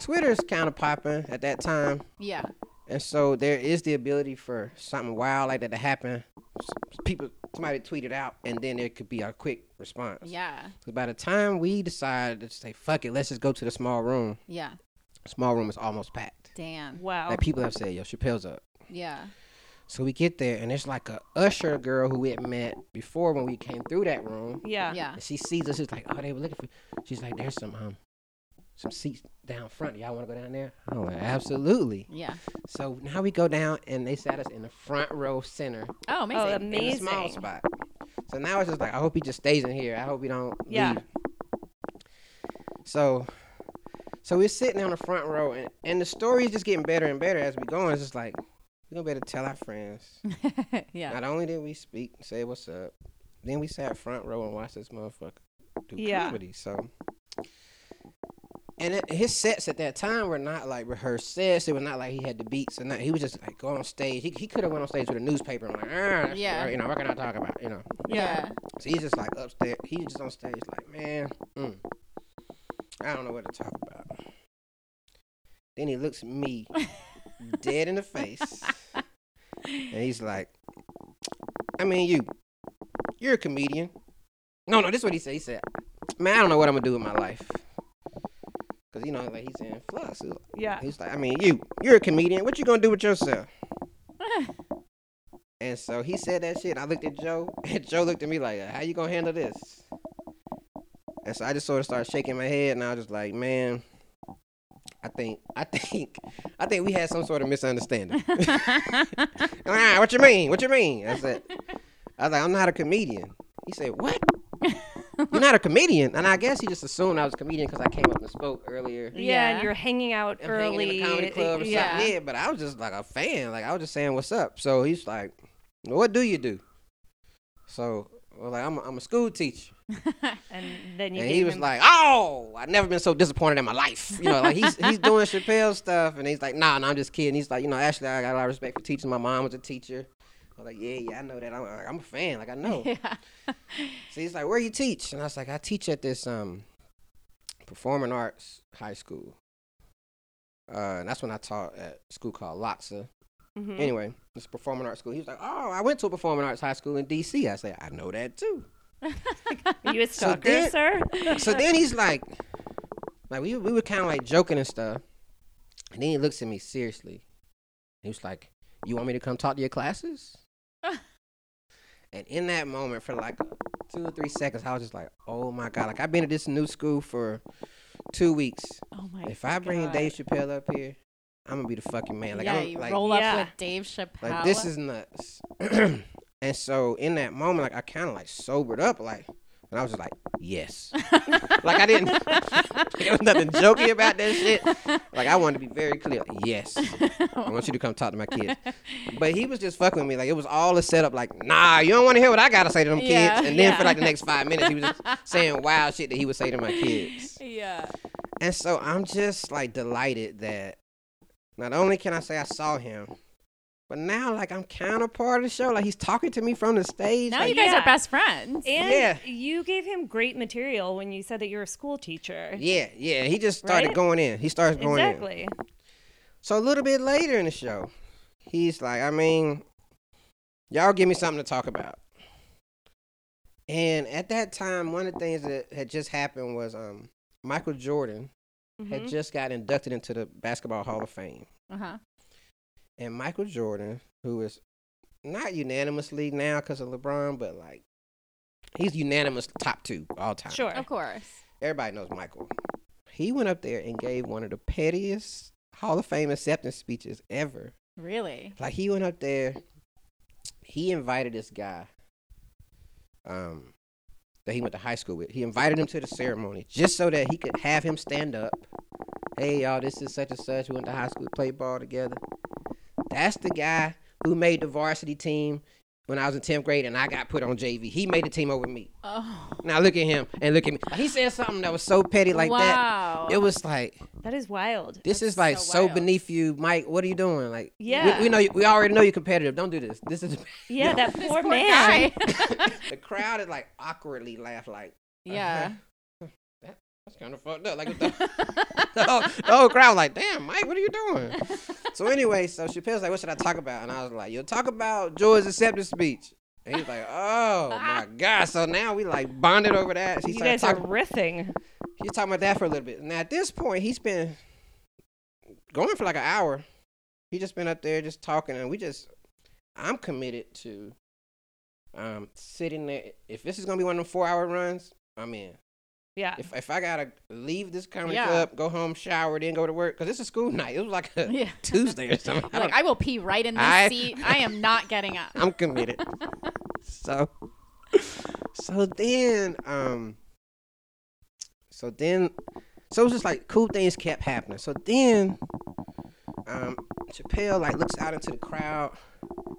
Speaker 3: Twitter's kind of popping at that time.
Speaker 1: Yeah.
Speaker 3: And so there is the ability for something wild like that to happen. S- People, somebody tweeted out, and then there could be a quick response.
Speaker 1: Yeah.
Speaker 3: So by the time we decided to say, fuck it, let's just go to the small room,
Speaker 1: Yeah.
Speaker 3: small room is almost packed.
Speaker 1: Damn.
Speaker 2: Wow.
Speaker 3: Like people have said, yo, Chappelle's up.
Speaker 1: Yeah.
Speaker 3: So we get there, and it's like a usher girl who we had met before when we came through that room.
Speaker 2: Yeah.
Speaker 1: Yeah.
Speaker 3: And she sees us, she's like, oh, they were looking for She's like, there's some, um, some seats down front. Y'all want to go down there? Oh, absolutely.
Speaker 1: Yeah.
Speaker 3: So now we go down, and they sat us in the front row center
Speaker 1: Oh, amazing.
Speaker 2: Oh, amazing.
Speaker 3: in a small spot. So now it's just like I hope he just stays in here. I hope he don't
Speaker 2: Yeah.
Speaker 3: leave. So, so we're sitting on the front row, and, and the story is just getting better and better as we go. And it's just like we're gonna better tell our friends.
Speaker 1: [LAUGHS] yeah.
Speaker 3: Not only did we speak, say what's up, then we sat front row and watched this motherfucker do
Speaker 2: Yeah.
Speaker 3: comedy. So. And it, his sets at that time were not like rehearsed sets. It was not like he had the beats and nothing. He was just like go on stage. He, he could have went on stage with a newspaper and like,
Speaker 1: Yeah.
Speaker 3: ah, yeah, you know, what can I talk about? You know,
Speaker 1: Yeah.
Speaker 3: [LAUGHS] so he's just like upstairs. He's just on stage, like, man, mm, I don't know what to talk about. Then he looks me dead in the face, and he's like, I mean, you, you're a comedian. No, no, this is what he said. He said, man, I don't know what I'm gonna do with my life. Cause you know, like he's in flux.
Speaker 2: Yeah.
Speaker 3: He's like, I mean, you, you're a comedian. What you gonna do with yourself? And so he said that shit. And I looked at Joe, [LAUGHS] and Joe looked at me like, "How you gonna handle this?" And so I just sort of started shaking my head, and I was just like, "Man, I think, I think, [LAUGHS] I think we had some sort of
Speaker 1: [LAUGHS]
Speaker 3: misunderstanding." ah, what you mean? What you mean? I said, "I was like, I'm not a comedian." He said, "What? You're not a comedian?" And I guess he just assumed I was a comedian because I came up and spoke earlier.
Speaker 2: Yeah.
Speaker 1: Yeah.
Speaker 2: And you're hanging out
Speaker 3: I'm
Speaker 2: early. uh,
Speaker 3: hanging in a comedy club or
Speaker 2: yeah.
Speaker 1: Yeah.
Speaker 3: something. Yeah, but I was just like a fan. Like I was just saying, "What's up?" So he's like, "Well, "What do you do?" So I was like, "I'm a, I'm a school teacher,"
Speaker 2: And then you
Speaker 3: and
Speaker 2: gave
Speaker 3: he was
Speaker 2: him-
Speaker 3: like, "Oh, I've never been so disappointed in my life." You know, like he's he's doing Chappelle stuff, and he's like, "Nah, nah, I'm just kidding." He's like, "You know, actually, I got a lot of respect for teachers. My mom was a teacher." I was like, "Yeah, yeah, I know that. I'm, like, I'm a fan. Like I know."
Speaker 1: [LAUGHS] Yeah.
Speaker 3: So he's like, "Where you teach?" And I was like, "I teach at this um performing arts high school." Uh, and that's when I taught at a school called Loxa.
Speaker 2: Mhm.
Speaker 3: Anyway, this performing arts school. He was like, "Oh, I went to a performing arts high school in D.C." I said, "I know that too."
Speaker 2: Are you a
Speaker 3: So
Speaker 2: stalker,
Speaker 3: then-
Speaker 2: sir?
Speaker 3: [LAUGHS] So then he's like, like we we were kind of like joking and stuff, and then he looks at me seriously. He was like, "You want me to come talk to
Speaker 1: [LAUGHS]
Speaker 3: your classes?" and in that moment, for like two or three seconds, I was just like, "Oh my god!" Like I've been at this new school for two weeks.
Speaker 1: Oh my.
Speaker 3: if I bring
Speaker 1: God.
Speaker 3: Dave Chappelle up here, I'm gonna be the fucking man. Like
Speaker 1: yeah,
Speaker 3: I'm
Speaker 1: you
Speaker 3: like,
Speaker 1: roll up
Speaker 2: Yeah.
Speaker 1: with Dave Chappelle.
Speaker 3: like this is nuts. [CLEARS THROAT] and And so in that moment, like I kind of like sobered up, like, and I was just like,
Speaker 1: [LAUGHS]
Speaker 3: yes, like I didn't. [LAUGHS] there was nothing jokey about that shit. Like I wanted to be very clear, like, yes, I want you to come talk to my kids. But he was just fucking with me, like it was all a setup. Like, nah, you don't want to hear what I gotta say to them
Speaker 1: Yeah,
Speaker 3: kids. And then for
Speaker 1: yeah.
Speaker 3: like the next five minutes, he was just saying wild shit that he would say to my kids.
Speaker 1: yeah.
Speaker 3: And so I'm just like delighted that not only can I say I saw him, but now like I'm kind of part of the show. Like he's talking to me from the stage.
Speaker 1: Now
Speaker 3: like,
Speaker 1: you guys
Speaker 2: Yeah.
Speaker 1: are best friends.
Speaker 2: And
Speaker 3: Yeah.
Speaker 2: you gave him great material when you said that you're a school teacher.
Speaker 3: yeah, yeah. He just started
Speaker 2: Right?
Speaker 3: going in. He starts going in.
Speaker 2: Exactly.
Speaker 3: So a little bit later in the show, he's like, I mean, y'all give me something to talk about. And at that time, one of the things that had just happened was um, Michael Jordan
Speaker 1: Mm-hmm.
Speaker 3: had
Speaker 2: Mhm.
Speaker 3: just got inducted into the Basketball Hall of Fame.
Speaker 1: Uh huh.
Speaker 3: and Michael Jordan, who is not unanimously now because of LeBron, but like he's unanimous top two all time.
Speaker 2: Sure.
Speaker 1: Of course.
Speaker 3: Everybody knows Michael. He went up there and gave one of the pettiest Hall of Fame acceptance speeches ever.
Speaker 1: Really.
Speaker 3: Like he went up there, he invited this guy um that he went to high school with. He invited him to the ceremony just so that he could have him stand up. Hey y'all, this is such and such. We went to high school, played ball together. That's the guy who made the varsity team when I was in 10th grade and I got put on JV. He made the team over me.
Speaker 1: Oh.
Speaker 3: Now look at him and look at me. He said something that was so petty like that.
Speaker 1: wow.
Speaker 3: It was like
Speaker 2: That is wild.
Speaker 3: this
Speaker 1: That's
Speaker 3: is like
Speaker 1: so
Speaker 3: so,
Speaker 1: wild.
Speaker 3: beneath you, Mike. What are you doing? Like, we-
Speaker 2: Yeah.
Speaker 3: we, know you, we already know you're competitive. Don't do this. This is [LAUGHS]
Speaker 2: Yeah,
Speaker 1: [LAUGHS]
Speaker 2: that
Speaker 1: This
Speaker 2: poor,
Speaker 1: poor
Speaker 2: man.
Speaker 1: guy.
Speaker 3: the crowd is like awkwardly laugh, like
Speaker 1: [LAUGHS]
Speaker 3: uh-huh.
Speaker 1: yeah.
Speaker 3: that's kind of fucked up. Like the, the, [LAUGHS] whole, the whole crowd, like, damn, Mike, what are you doing? So anyway, so Chappelle's like, what should I talk about? And I was like, you'll talk about George's acceptance speech. And he's like, oh my god. So now we like bonded over that. She
Speaker 2: You
Speaker 3: started
Speaker 2: guys are
Speaker 3: talking.
Speaker 2: riffing.
Speaker 3: He's talking about that for a little bit. Now at this point, he's been going for like an hour. He just been up there just talking, and we just I'm committed to um sitting there. If this is gonna be one of them four hour runs, I'm in.
Speaker 2: Yeah.
Speaker 3: If if I gotta leave this comedy
Speaker 1: Yeah.
Speaker 3: club, go home, shower, then go to work, cause it's a school [LAUGHS] night. It was like a
Speaker 1: Yeah.
Speaker 3: Tuesday or something. I
Speaker 1: like
Speaker 3: don't,
Speaker 1: I will pee right in this
Speaker 3: I-
Speaker 1: seat. I am not getting up.
Speaker 3: I'm committed. so so then um so then so it was just like cool things kept happening so then um chappelle like looks out into the crowd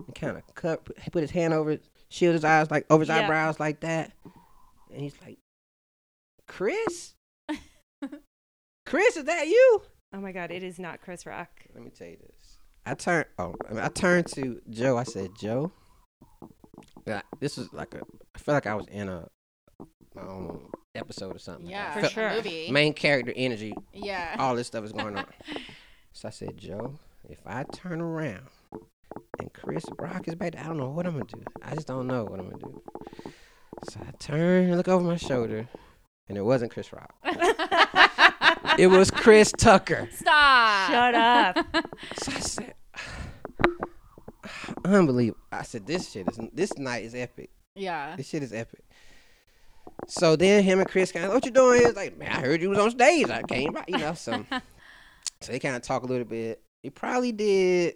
Speaker 3: and kind of cut put, put his hand over shield his eyes like over his
Speaker 2: Yeah.
Speaker 3: eyebrows like that and he's like chris chris is that you
Speaker 2: Oh my God, it is not Chris Rock.
Speaker 3: let me tell you this. I turned. Oh, I, mean, I turned to Joe. I said, Joe. Yeah, this was like a. I felt like I was in a my own episode or something.
Speaker 1: Yeah.
Speaker 3: I
Speaker 2: For
Speaker 3: felt-
Speaker 2: sure.
Speaker 1: Movie.
Speaker 3: Main character energy. [LAUGHS]
Speaker 1: Yeah.
Speaker 3: All this stuff
Speaker 2: [LAUGHS]
Speaker 3: is going on. so I said, Joe, if I turn around and Chris Brock is back, there, I don't know what I'm gonna do. I just don't know what I'm gonna do. So I turned and look over my shoulder, and it wasn't Chris Rock. It
Speaker 2: [LAUGHS]
Speaker 3: was Chris Tucker.
Speaker 1: [LAUGHS] Stop.
Speaker 2: Shut
Speaker 1: [LAUGHS]
Speaker 2: up.
Speaker 3: So I said, [SIGHS] unbelievable. I said, this shit is, this night is epic.
Speaker 1: Yeah.
Speaker 3: This shit is epic. So then him and Chris kind of, what you doing here? It's like, man, I heard you was on stage. I came by, you know, [LAUGHS] so, so they kind of talk a little bit. He probably did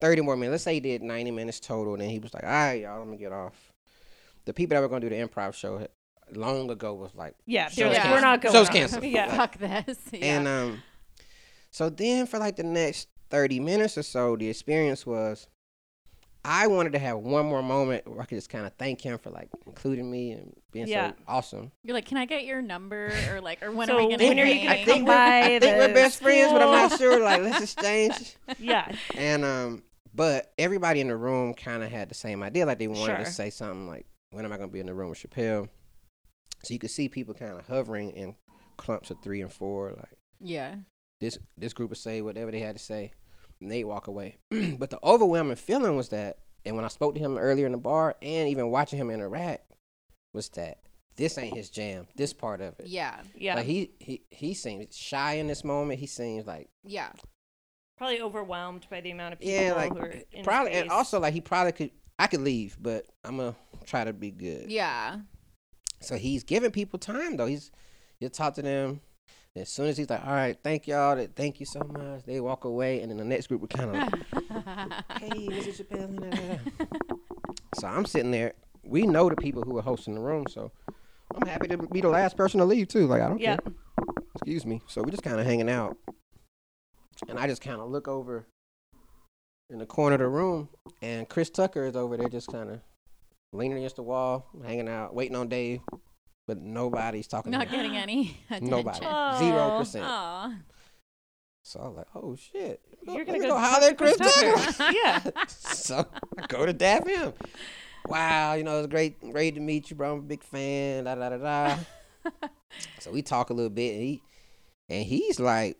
Speaker 3: 30 more minutes. Let's say he did 90 minutes total. And then he was like, all right, y'all, I'm going to get off. The people that were going to do the improv show long ago was like,
Speaker 2: Yeah,
Speaker 3: Show's
Speaker 2: they're like,
Speaker 1: canceled.
Speaker 2: we're not going.
Speaker 3: Show's
Speaker 2: on." [LAUGHS]
Speaker 3: canceled.
Speaker 2: Yeah.
Speaker 1: Fuck this. Yeah.
Speaker 3: And um, so then for like the next 30 minutes or so, the experience was I wanted to have one more moment where I could just kind of thank him for like including me and being
Speaker 2: Yeah.
Speaker 3: so awesome.
Speaker 1: You're like, can I get your number or like, or when
Speaker 2: So
Speaker 1: are we gonna?
Speaker 2: when are you
Speaker 1: hang?
Speaker 2: gonna
Speaker 3: I
Speaker 2: come
Speaker 3: think, we're,
Speaker 2: by
Speaker 3: I think we're
Speaker 2: the
Speaker 3: best friends, but I'm not
Speaker 2: school?
Speaker 3: sure.
Speaker 2: [LAUGHS]
Speaker 3: Like, let's exchange.
Speaker 2: Yeah.
Speaker 3: And um, but everybody in the room kind of had the same idea. Like they wanted
Speaker 2: Sure.
Speaker 3: to say something like, "When am I going to be in the room with Chappelle?" So you could see people kind of hovering in clumps of three and four, like.
Speaker 1: Yeah.
Speaker 3: this this group would say whatever they had to say, and they walk away. [CLEARS THROAT] but the overwhelming feeling was that, and when I spoke to him earlier in the bar, and even watching him interact, was that this ain't his jam. This part of it,
Speaker 1: Yeah.
Speaker 2: Yeah.
Speaker 3: like he he he seems shy in this moment. He seems like
Speaker 1: Yeah.
Speaker 2: probably overwhelmed by the amount of people
Speaker 3: yeah,
Speaker 2: who are
Speaker 3: like eh,
Speaker 2: in
Speaker 3: probably,
Speaker 2: space.
Speaker 3: and also like he probably could. I could leave, but I'm gonna try to be good.
Speaker 1: Yeah.
Speaker 3: So he's giving people time though. He's you talk to them. As soon as he's like, "All right, thank y'all, th- thank you so much," they walk away, and then the next group would kind of, like, "Hey, Mr. Chappelle," da, da, da. So I'm sitting there. We know the people who are hosting the room, so I'm happy to be the last person to leave too. Like I don't
Speaker 2: Yeah.
Speaker 3: care. Excuse me. So we just kind of hanging out, and I just kind of look over in the corner of the room, and Chris Tucker is over there just kind of leaning against the wall, hanging out, waiting on Dave, but nobody's talking. to
Speaker 1: Not
Speaker 3: him.
Speaker 1: getting
Speaker 2: [LAUGHS]
Speaker 1: any attention.
Speaker 3: Nobody.
Speaker 2: attention. Oh.
Speaker 3: Zero
Speaker 2: Aw.
Speaker 3: percent.
Speaker 1: Aw.
Speaker 3: So I was like, oh shit.
Speaker 2: You're
Speaker 3: Let
Speaker 2: gonna
Speaker 3: me
Speaker 2: go talk
Speaker 3: holler
Speaker 2: to
Speaker 3: at
Speaker 2: Chris
Speaker 3: Chris
Speaker 2: Tucker.
Speaker 3: Tucker.
Speaker 2: [LAUGHS] Yeah.
Speaker 3: [LAUGHS] so I go to dab him. Wow, you know, it's great, great to meet you, bro. I'm a big fan. Da da da da. so we talk a little bit, and he and he's like,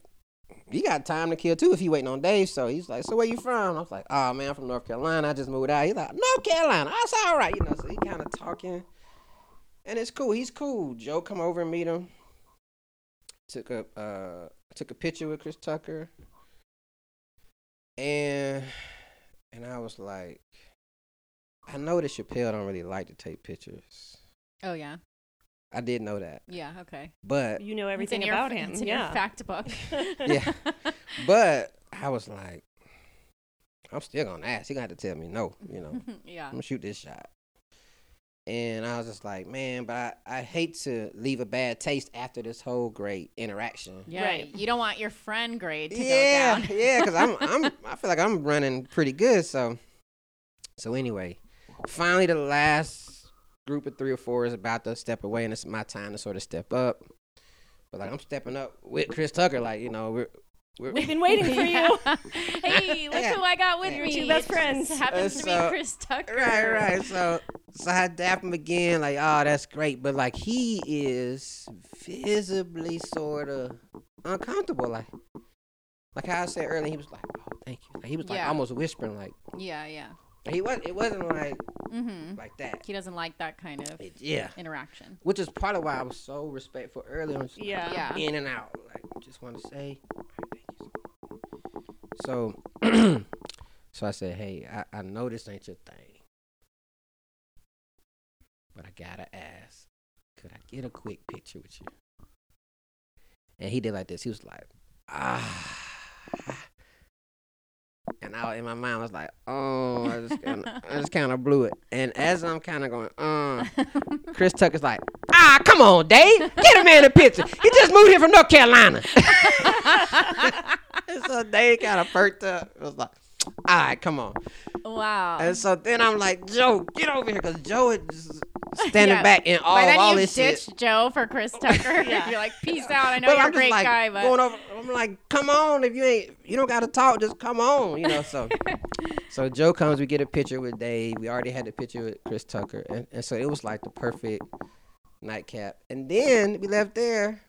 Speaker 3: he got time to kill too if he waiting on Dave. So he's like, so where you from? I was like, oh man, I'm from North Carolina. I just moved out. He's like, North Carolina. That's all right, you know. So he kind of talking, and it's cool. He's cool. Joe come over and meet him. Took a uh, took a picture with Chris Tucker, and and I was like, I know that Chappelle don't really like to take pictures.
Speaker 1: Oh yeah.
Speaker 3: I did know that,
Speaker 1: Yeah. Okay.
Speaker 3: but
Speaker 2: You know
Speaker 1: It's in
Speaker 2: everything
Speaker 1: your-
Speaker 2: about him.
Speaker 1: It's in your
Speaker 2: Yeah.
Speaker 1: fact
Speaker 2: [LAUGHS]
Speaker 1: book. [LAUGHS]
Speaker 3: Yeah. but I was like, I'm still gonna ask. He gonna have to tell me no.
Speaker 2: [LAUGHS]
Speaker 3: You know, I'm
Speaker 1: yeah.
Speaker 3: gonna shoot this shot. And I was just like, man, but I, I hate to leave a bad taste after this whole great interaction.
Speaker 1: Yeah.
Speaker 2: Right.
Speaker 1: You don't want your friend grade to
Speaker 3: yeah,
Speaker 1: go down. [LAUGHS]
Speaker 3: yeah,
Speaker 2: [LAUGHS]
Speaker 3: because I'm, I'm, I feel like I'm running pretty good. So, so anyway, finally the last group of three or four is about to step away, and it's my time to sort of step up. But like I'm stepping up with Chris Tucker, like you know we're we're
Speaker 2: We've been waiting for you.
Speaker 1: hey, look
Speaker 3: Yeah.
Speaker 1: who I got with
Speaker 3: Your
Speaker 1: me.
Speaker 2: two best
Speaker 1: It just
Speaker 2: friends.
Speaker 1: happens
Speaker 3: Uh,
Speaker 1: to be
Speaker 3: so-
Speaker 1: Chris Tucker.
Speaker 3: right, right. So, so I dap him again, like oh that's great, but like he is visibly sort of uncomfortable, like like how I said earlier, he was like oh thank you, like, he was like
Speaker 1: Yeah.
Speaker 3: almost whispering, like
Speaker 1: Yeah. Yeah.
Speaker 3: he was it wasn't like
Speaker 1: Mm-hmm.
Speaker 3: like that.
Speaker 1: He doesn't like that kind of
Speaker 3: It- yeah.
Speaker 1: interaction.
Speaker 3: Which is part of why I was so respectful earlier. Just like,
Speaker 2: Yeah.
Speaker 1: Yeah.
Speaker 3: In and out. Like, just want to say, thank you. So, so, [CLEARS THROAT] I said, hey, I, I know this ain't your thing, but I gotta ask, could I get a quick picture with you? And he did like this. He was like, ah. And I, in my mind, I was like, oh, I just, kinda, I just kind of blew it. And as I'm kind of going, uh,
Speaker 1: [LAUGHS]
Speaker 3: Chris Tucker's like, ah, come on, Dave. Get a man a picture. He just moved here from North Carolina. and [LAUGHS] so Dave kind of perked up. It was like, all right, come on.
Speaker 1: wow.
Speaker 3: And so then I'm like, Joe, get over here. Because Joe is just standing
Speaker 1: Yeah.
Speaker 3: back in all
Speaker 1: By then
Speaker 3: all
Speaker 1: you
Speaker 3: this shit.
Speaker 1: ditched Joe for Chris Tucker.
Speaker 2: Yeah.
Speaker 1: You're like, peace out. I know
Speaker 3: But
Speaker 1: you're a
Speaker 3: I'm just
Speaker 1: great
Speaker 3: like
Speaker 1: guy, but
Speaker 3: going over. I'm like, come on, if you ain't, you don't gotta talk. Just come on, you know.
Speaker 2: [LAUGHS]
Speaker 3: So, so Joe comes. We get a picture with Dave. We already had the picture with Chris Tucker, and, and so it was like the perfect nightcap. And then we left there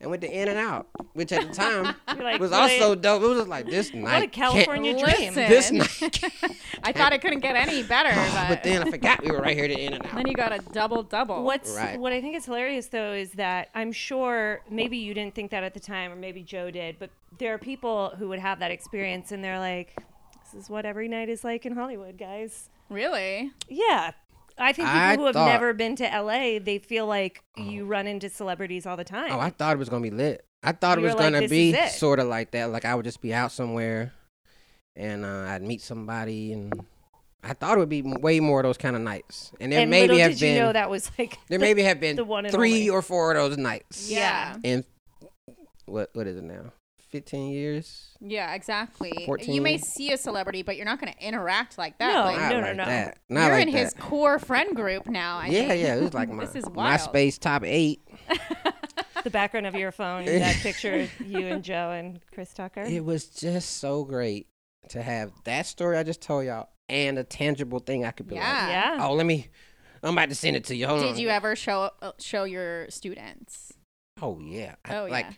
Speaker 3: and went to In and Out, which at the time
Speaker 2: [LAUGHS] You're like,
Speaker 3: was
Speaker 2: what a-
Speaker 3: also dope. It was just like this night.
Speaker 2: What a California dream.
Speaker 1: Listen.
Speaker 3: This night.
Speaker 1: [LAUGHS]
Speaker 3: Oh,
Speaker 1: I thought it couldn't get any better. but,
Speaker 3: but then I forgot we were right here to In and Out.
Speaker 1: Then you got a double double.
Speaker 2: What's
Speaker 3: Right.
Speaker 2: what I think is hilarious though is that I'm sure maybe you didn't think that at the time, or maybe Joe did, but there are people who would have that experience and they're like, "This is what every night is like in Hollywood, guys."
Speaker 1: Really?
Speaker 2: Yeah, I think people
Speaker 3: I
Speaker 2: who have
Speaker 3: thought-
Speaker 2: never been to LA, they feel like you run into celebrities all the time.
Speaker 3: Oh, I thought it was gonna be lit. I thought
Speaker 2: You
Speaker 3: it was
Speaker 2: were like,
Speaker 3: gonna
Speaker 2: "This
Speaker 3: be
Speaker 2: is it."
Speaker 3: sort of like that. Like I would just be out somewhere, and uh, I'd meet somebody, and I thought it would be m- way more of those kind of nights. And there
Speaker 2: and
Speaker 3: maybe
Speaker 2: little
Speaker 3: have
Speaker 2: did
Speaker 3: been
Speaker 2: you know that was like
Speaker 3: [LAUGHS] there maybe have been
Speaker 2: the one and
Speaker 3: three
Speaker 2: only.
Speaker 3: or four of those nights.
Speaker 1: Yeah.
Speaker 3: And what what is it now? Fifteen years.
Speaker 1: Yeah, exactly. You
Speaker 3: 14.
Speaker 1: may see a celebrity, but you're not going to interact like that.
Speaker 2: No,
Speaker 1: like,
Speaker 3: Not
Speaker 2: Oh, no, no,
Speaker 3: like
Speaker 2: no.
Speaker 3: that. Not
Speaker 1: you're
Speaker 3: like
Speaker 1: in
Speaker 3: that.
Speaker 1: his core friend group now. I
Speaker 3: yeah,
Speaker 1: think.
Speaker 3: yeah. It
Speaker 1: [LAUGHS]
Speaker 2: [LAUGHS]
Speaker 3: was like my
Speaker 1: This is
Speaker 3: my
Speaker 1: wild.
Speaker 3: space top eight.
Speaker 2: [LAUGHS] the background of your
Speaker 3: [LAUGHS]
Speaker 2: phone. that picture of you and Joe and Chris Tucker.
Speaker 3: It was just so great to have that story I just told y'all and a tangible thing I could be like,
Speaker 1: Yeah.
Speaker 2: yeah.
Speaker 3: oh, let me. I'm about to send it to you. Hold on.
Speaker 1: Did you ever show uh, show your students?
Speaker 3: Oh yeah. I-
Speaker 1: Oh,
Speaker 3: like
Speaker 1: yeah.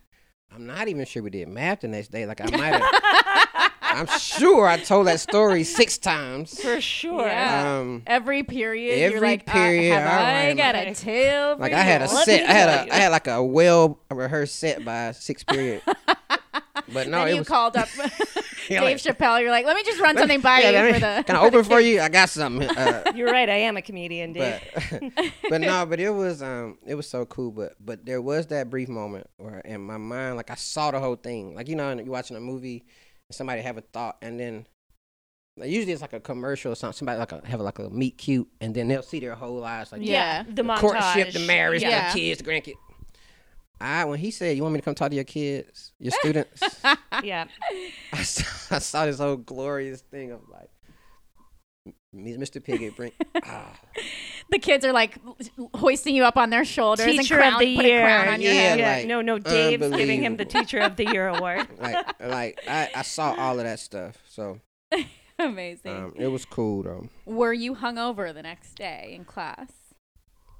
Speaker 3: I'm not even sure we did math the next day. Like I might have
Speaker 1: [LAUGHS]
Speaker 3: I'm sure I told that story six times.
Speaker 2: for sure.
Speaker 1: Yeah.
Speaker 3: Um
Speaker 1: Every period, you're
Speaker 3: Every
Speaker 1: like, uh,
Speaker 3: period,
Speaker 1: have I,
Speaker 3: alright,
Speaker 1: got a
Speaker 2: like-
Speaker 1: tail?
Speaker 3: like
Speaker 1: for
Speaker 3: I had a
Speaker 1: you?
Speaker 2: Let me
Speaker 3: set I
Speaker 2: tell
Speaker 3: had
Speaker 2: you.
Speaker 3: a I had like a well rehearsed set by six
Speaker 1: [LAUGHS]
Speaker 3: period. But no,
Speaker 1: then
Speaker 3: it
Speaker 1: you
Speaker 3: was
Speaker 1: called
Speaker 3: [LAUGHS]
Speaker 1: up [LAUGHS] Dave Chappelle. You're like, let me just run something by
Speaker 3: yeah,
Speaker 1: you
Speaker 3: I mean,
Speaker 1: for the.
Speaker 3: Can I open for you? I got something. Uh,
Speaker 2: You're right. I am a comedian, dude.
Speaker 3: but [LAUGHS]
Speaker 1: [LAUGHS]
Speaker 3: but no, but it was um it was so cool. But but there was that brief moment where in my mind, like I saw the whole thing. Like you know, you watching a movie, and somebody have a thought, and then Like, usually it's like a commercial or something. Somebody like a, have like a meet cute, and then they'll see their whole lives, like
Speaker 1: Yeah.
Speaker 2: the
Speaker 3: the
Speaker 2: montage.
Speaker 3: courtship, the marriage,
Speaker 1: Yeah.
Speaker 3: the kids, the grandkids. I when he said, "You want me to come talk to your kids, your
Speaker 1: [LAUGHS]
Speaker 3: students?" [LAUGHS]
Speaker 2: Yeah.
Speaker 3: I, saw, I saw this whole glorious thing of like, "M- Mr.
Speaker 1: [LAUGHS]
Speaker 3: Piggott, bring. ah,
Speaker 1: [LAUGHS] The kids are like hoisting you up on their shoulders and
Speaker 2: Teacher
Speaker 1: crown,
Speaker 2: of the
Speaker 1: put a crown
Speaker 2: year.
Speaker 1: on your
Speaker 3: Yeah.
Speaker 1: head.
Speaker 2: Yeah.
Speaker 3: like,
Speaker 2: no, no. Dave's giving him the
Speaker 3: unbelievable.
Speaker 2: Teacher of the
Speaker 1: [LAUGHS]
Speaker 2: Year award.
Speaker 3: like, like I, I saw all of that stuff. So
Speaker 1: [LAUGHS] Amazing.
Speaker 3: um, it was cool though.
Speaker 1: Were you hungover the next day in class?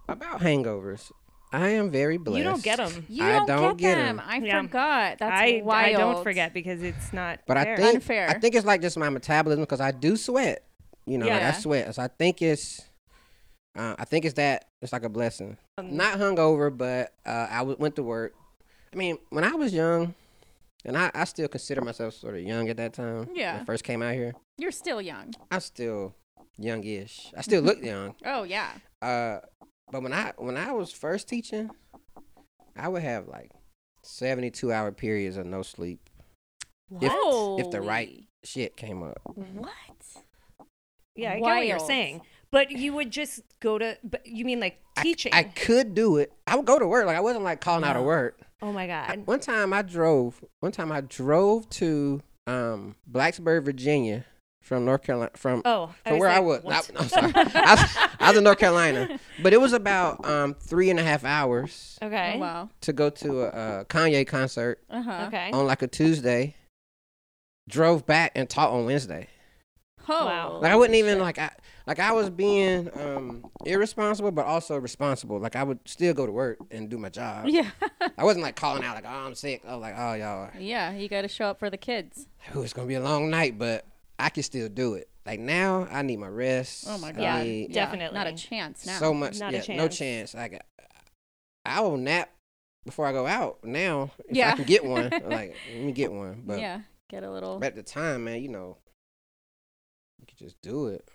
Speaker 3: About hangovers, I am very blessed.
Speaker 2: You don't get them.
Speaker 1: You
Speaker 3: I
Speaker 1: don't,
Speaker 3: don't
Speaker 1: get,
Speaker 3: get
Speaker 1: them.
Speaker 3: 'em.
Speaker 1: I
Speaker 2: Yeah.
Speaker 1: forgot. That's
Speaker 2: I,
Speaker 1: wild.
Speaker 2: I don't forget because it's not.
Speaker 3: But
Speaker 2: fair.
Speaker 3: I think I
Speaker 1: Unfair.
Speaker 3: think it's like just my metabolism because I do sweat. You know, like
Speaker 1: Yeah.
Speaker 3: I sweat. So I think it's, uh, I think it's that it's like a blessing.
Speaker 2: Um,
Speaker 3: Not hungover, but uh, I w- went to work. I mean, when I was young, and I, I still consider myself sort of young at that time. when
Speaker 1: Yeah.
Speaker 3: I first came out here,
Speaker 1: You're still young.
Speaker 3: I'm still youngish. I still look young.
Speaker 1: Oh yeah.
Speaker 3: Uh, but when I when I was first teaching, I would have like seventy two hour periods of no sleep. If, if the right
Speaker 1: Holy.
Speaker 3: shit came up.
Speaker 1: What?
Speaker 2: Yeah, I get what you're
Speaker 1: Wild.
Speaker 2: saying. But you would just go to. But you mean like
Speaker 3: I-
Speaker 2: teaching?
Speaker 3: I, could do it. I would go to work. Like I wasn't like calling out of
Speaker 2: No.
Speaker 3: work.
Speaker 2: oh my
Speaker 3: I-
Speaker 2: god.
Speaker 3: one time I drove. One time I drove to um Blacksburg, Virginia, from North Carolina. From
Speaker 2: Oh,
Speaker 3: from where I was.
Speaker 2: was. like,
Speaker 3: I, am sorry.
Speaker 2: [LAUGHS]
Speaker 3: I was, [LAUGHS] I was in North Carolina, but it was about um three and a half hours
Speaker 2: what? Okay.
Speaker 1: Oh, wow.
Speaker 3: to go to a, a Kanye concert
Speaker 1: Uh huh.
Speaker 2: Okay.
Speaker 3: on like a Tuesday. Drove back and taught on Wednesday.
Speaker 1: Oh,
Speaker 2: Wow.
Speaker 3: Like I wouldn't even like I like I was being um irresponsible but also responsible. Like I would still go to work and do my job.
Speaker 1: [LAUGHS] Yeah.
Speaker 3: I wasn't like calling out like, "Oh, I'm sick." I was like, "Oh, y'all,
Speaker 1: yeah. You got to show up for the kids.
Speaker 3: whew, it's gonna be a long night, but I can still do it." Like now, I need my rest.
Speaker 1: Oh my god.
Speaker 3: I
Speaker 2: Yeah,
Speaker 3: need
Speaker 2: definitely.
Speaker 1: Not a chance now.
Speaker 3: so much.
Speaker 2: Not a
Speaker 3: yeah, no
Speaker 2: chance.
Speaker 3: chance. Like I will nap before I go out now. If
Speaker 1: Yeah.
Speaker 3: I can
Speaker 1: [LAUGHS]
Speaker 3: get one. like let me get one. But
Speaker 1: yeah. Get a little.
Speaker 3: at the time, man, you know, you could just do it.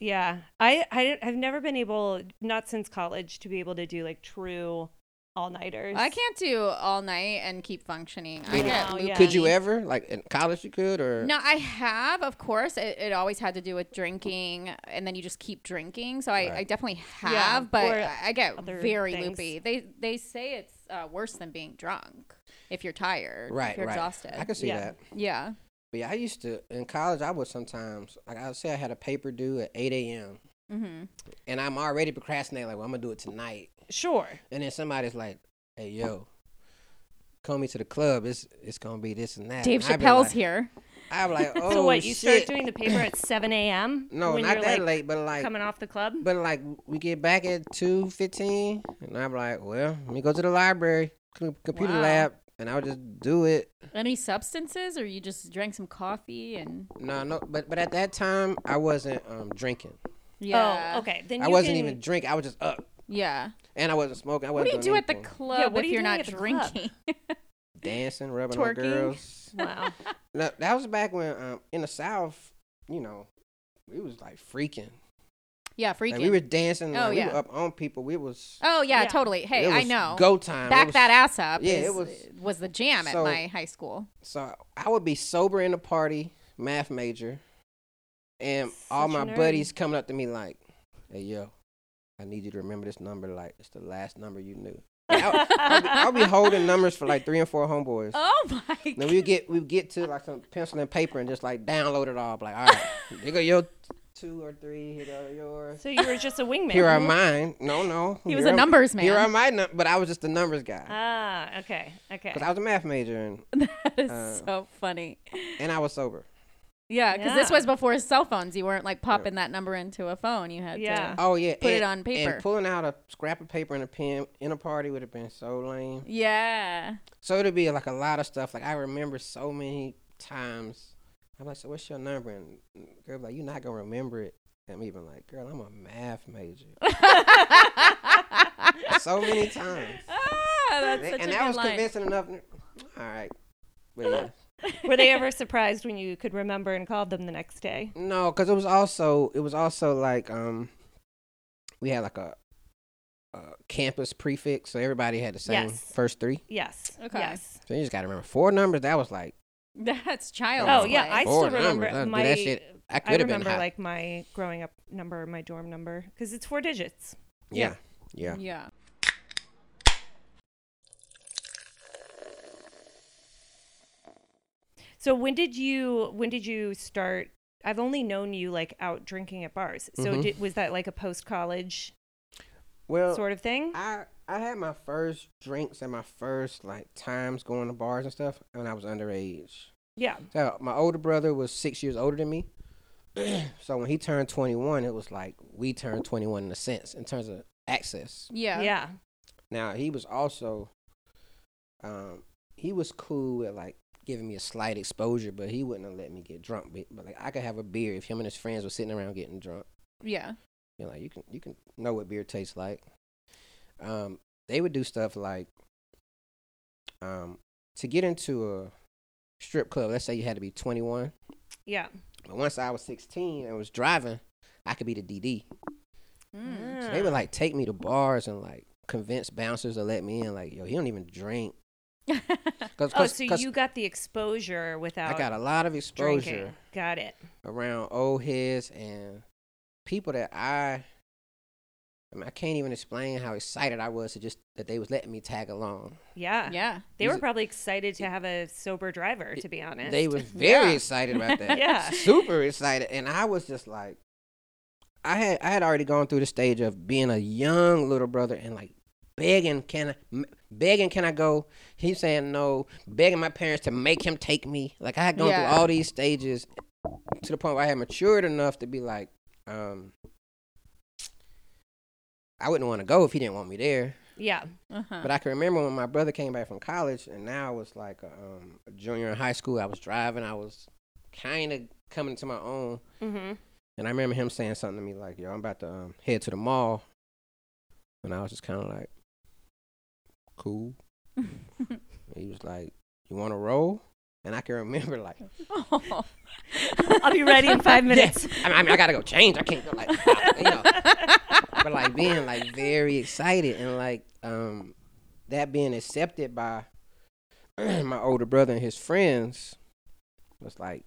Speaker 2: Yeah, I, I don't- I've never been able, not since college, to be able to do like true all nighters.
Speaker 1: I can't do all night and keep functioning. I
Speaker 2: Yeah.
Speaker 1: get
Speaker 2: Wow,
Speaker 1: loopy.
Speaker 2: yeah.
Speaker 3: Could you ever like in college? You could or
Speaker 1: No, I have, of course. It, it always had to do with drinking, and then you just keep drinking. So I, I
Speaker 3: Right.
Speaker 1: definitely have,
Speaker 2: Yeah,
Speaker 1: but
Speaker 2: or
Speaker 1: I- I get
Speaker 2: other
Speaker 1: very
Speaker 2: things.
Speaker 1: loopy. They they say it's uh, worse than being drunk if you're tired,
Speaker 3: right,
Speaker 1: If you're
Speaker 3: right.
Speaker 1: exhausted,
Speaker 3: I could see
Speaker 2: Yeah.
Speaker 3: that.
Speaker 1: yeah.
Speaker 3: But yeah, I used to in college. I would sometimes like I would say I had a paper due at eight a.m.
Speaker 1: Mm-hmm.
Speaker 3: and I'm already procrastinating. Like, well, I'm gonna do it tonight.
Speaker 2: Sure.
Speaker 3: And then somebody's like, "Hey, yo, call me to the club. It's it's gonna be this and that."
Speaker 1: Dave
Speaker 3: And I'd be
Speaker 1: Chappelle's
Speaker 3: like-
Speaker 1: here.
Speaker 3: I'm like,
Speaker 2: [LAUGHS]
Speaker 3: "Oh
Speaker 2: so what? You
Speaker 3: shit."
Speaker 2: start doing the paper at 7 a.m.
Speaker 3: no,
Speaker 2: when
Speaker 3: not
Speaker 2: you're
Speaker 3: that
Speaker 2: like
Speaker 3: late, but like,
Speaker 2: coming off the club.
Speaker 3: but like, we get back at two fifteen, and I'm like, "Well, let me go to the library, c- computer
Speaker 1: Wow.
Speaker 3: lab." And I would just do it.
Speaker 1: Any substances, or you just drank some coffee and
Speaker 2: Oh,
Speaker 3: No, no, but but at that time I wasn't um, drinking.
Speaker 1: yeah,
Speaker 2: Oh, okay. Then
Speaker 3: I
Speaker 2: you
Speaker 3: wasn't
Speaker 2: can-
Speaker 3: even drinking. I was just up,
Speaker 1: yeah. and
Speaker 3: and I wasn't smoking. I
Speaker 1: What do
Speaker 3: wasn't
Speaker 1: you do
Speaker 3: doing
Speaker 1: at the
Speaker 3: anything.
Speaker 1: club
Speaker 2: what
Speaker 1: if
Speaker 2: are you
Speaker 1: you're
Speaker 2: doing
Speaker 1: not
Speaker 2: at the club? [LAUGHS]
Speaker 1: drinking?
Speaker 3: dancing, rubbing on
Speaker 1: Twerking?
Speaker 3: girls.
Speaker 2: [LAUGHS] Wow.
Speaker 3: No, that was back when um, in the South, you know, we was like freaking.
Speaker 1: yeah, freaking.
Speaker 3: Like, we were dancing.
Speaker 1: Oh,
Speaker 3: like, We
Speaker 1: yeah.
Speaker 3: were up on people. We was.
Speaker 1: oh yeah,
Speaker 2: Yeah.
Speaker 1: totally. Hey,
Speaker 3: it
Speaker 1: I
Speaker 3: was
Speaker 1: know.
Speaker 3: Go time. It
Speaker 1: Back
Speaker 3: was-
Speaker 1: that ass up.
Speaker 3: yeah,
Speaker 1: is-
Speaker 3: it was-
Speaker 1: was the jam at
Speaker 3: so-
Speaker 1: my high school.
Speaker 3: So I would be sober in the party, math major, and all
Speaker 2: Such a
Speaker 3: my
Speaker 2: nerd.
Speaker 3: buddies coming up to me like, "Hey yo, I need you to remember this number. Like it's the last number you knew." And I, I'll, be,
Speaker 1: [LAUGHS]
Speaker 3: I'll be holding numbers for like three and four homeboys.
Speaker 1: Oh
Speaker 3: [LAUGHS]
Speaker 1: my
Speaker 3: Then
Speaker 1: [LAUGHS]
Speaker 3: we would get we would get to like some pencil and paper and just like download it all. Be Like all right, here go your two or three, here go
Speaker 2: [LAUGHS]
Speaker 3: yours.
Speaker 2: so you were just a wingman.
Speaker 3: Here are mine. No, no.
Speaker 1: He was
Speaker 3: Here
Speaker 1: a
Speaker 3: are-
Speaker 1: numbers man.
Speaker 3: Here are my num- but I was just the numbers guy
Speaker 2: Ah, okay. Okay.
Speaker 3: because I was a math major and,
Speaker 1: [LAUGHS] that is
Speaker 3: Uh,
Speaker 1: so funny.
Speaker 3: and I was sober.
Speaker 1: Yeah, because this
Speaker 2: Yeah.
Speaker 1: was before cell phones. You weren't like popping that number into a phone. You had
Speaker 2: Yeah.
Speaker 1: to.
Speaker 3: Oh yeah,
Speaker 1: Put it
Speaker 3: and-
Speaker 1: on paper.
Speaker 3: And pulling out a scrap of paper and a pen in a party would have been so lame.
Speaker 1: Yeah. [LAUGHS]
Speaker 3: So it'd be like a lot of stuff. Like I remember so many times. I'm like, so what's your number? And girl, be like you're not gonna remember it. I'm even like, girl, I'm a math major.
Speaker 1: [LAUGHS]
Speaker 3: so many times.
Speaker 1: Ah, that's
Speaker 3: And-
Speaker 1: such
Speaker 3: and
Speaker 1: a
Speaker 3: that
Speaker 1: good
Speaker 3: was
Speaker 1: line. [LAUGHS]
Speaker 3: convincing enough. All right. But yeah. [LAUGHS]
Speaker 2: were they ever surprised when you could remember and called them the next day?
Speaker 3: No, because it was also it was also like um, we had like a, a campus prefix, so everybody had the same
Speaker 2: Yes.
Speaker 3: first three.
Speaker 2: Yes.
Speaker 1: Okay.
Speaker 2: Yes.
Speaker 3: So you just got to remember four numbers. That was like
Speaker 1: That's child.
Speaker 2: Oh
Speaker 1: play.
Speaker 2: yeah, I
Speaker 3: Four
Speaker 2: still remember
Speaker 3: numbers, huh? Dude,
Speaker 2: my.
Speaker 3: that shit- I
Speaker 2: I
Speaker 3: could have been
Speaker 2: remember
Speaker 3: hot.
Speaker 2: like my growing up number, my dorm number, because it's four digits.
Speaker 3: yeah. yeah,
Speaker 1: yeah.
Speaker 2: So when did you when did you start? I've only known you like out drinking at bars. So
Speaker 3: Mhm.
Speaker 2: did, was that like a post college
Speaker 3: Well,
Speaker 2: sort of thing?
Speaker 3: I I had my first drinks and my first like times going to bars and stuff when I was underage.
Speaker 2: Yeah.
Speaker 3: So my older brother was six years older than me. [CLEARS THROAT] so when he turned 21, it was like we turned 21 in a sense in terms of access.
Speaker 1: Yeah.
Speaker 2: Yeah.
Speaker 3: Now he was also, um, he was cool with like giving me a slight exposure, but he wouldn't have let me get drunk. But, but like I could have a beer if him and his friends were sitting around getting drunk.
Speaker 1: Yeah.
Speaker 3: You know, like you can you can know what beer tastes like. Um, they would do stuff like, um, to get into a strip club. Let's say you had to be 21.
Speaker 2: Yeah.
Speaker 3: But once I was 16 and was driving, I could be the DD.
Speaker 1: Mm.
Speaker 3: So they would like take me to bars and like convince bouncers to let me in. Like, yo, he don't even drink. Cause,
Speaker 2: Oh,
Speaker 3: 'cause-
Speaker 2: so
Speaker 3: 'cause
Speaker 2: you got the exposure without
Speaker 3: I got a lot of exposure
Speaker 2: drinking. Got it.
Speaker 3: around old heads and people that I. I, mean, I can't even explain how excited I was to just that they was letting me tag along.
Speaker 2: Yeah.
Speaker 1: [LAUGHS] Yeah.
Speaker 2: They were
Speaker 3: These-
Speaker 2: probably excited to have a sober driver, to be honest.
Speaker 3: They was very
Speaker 1: Yeah.
Speaker 3: excited
Speaker 2: [LAUGHS]
Speaker 3: about that.
Speaker 2: Yeah.
Speaker 3: [LAUGHS] super excited and i was just like i had i had already gone through the stage of being a young little brother and like begging can i m- begging can i go he's saying no begging my parents to make him take me like i had gone
Speaker 1: Yeah.
Speaker 3: through all these stages to the point where i had matured enough to be like um i wouldn't want to go if he didn't want me there
Speaker 2: Yeah.
Speaker 1: Uh-huh. [LAUGHS]
Speaker 3: but I can remember when my brother came back from college, and now I was like a, um, a junior in high school. I was driving, I was kind of coming to my own,
Speaker 2: Mm-hmm.
Speaker 3: and I remember him saying something to me like, "Yo, I'm about to um, head to the mall," and I was just kind of like, "Cool." he was like, "You want to roll?" And I can remember like,
Speaker 1: Oh.
Speaker 2: I'll be ready in five minutes.
Speaker 3: I mean, I, mean, I gotta go change. I can't go like, [LAUGHS]
Speaker 1: [LAUGHS]
Speaker 3: you know. but like being like very excited and like um that being accepted by [CLEARS THROAT] my older brother and his friends was like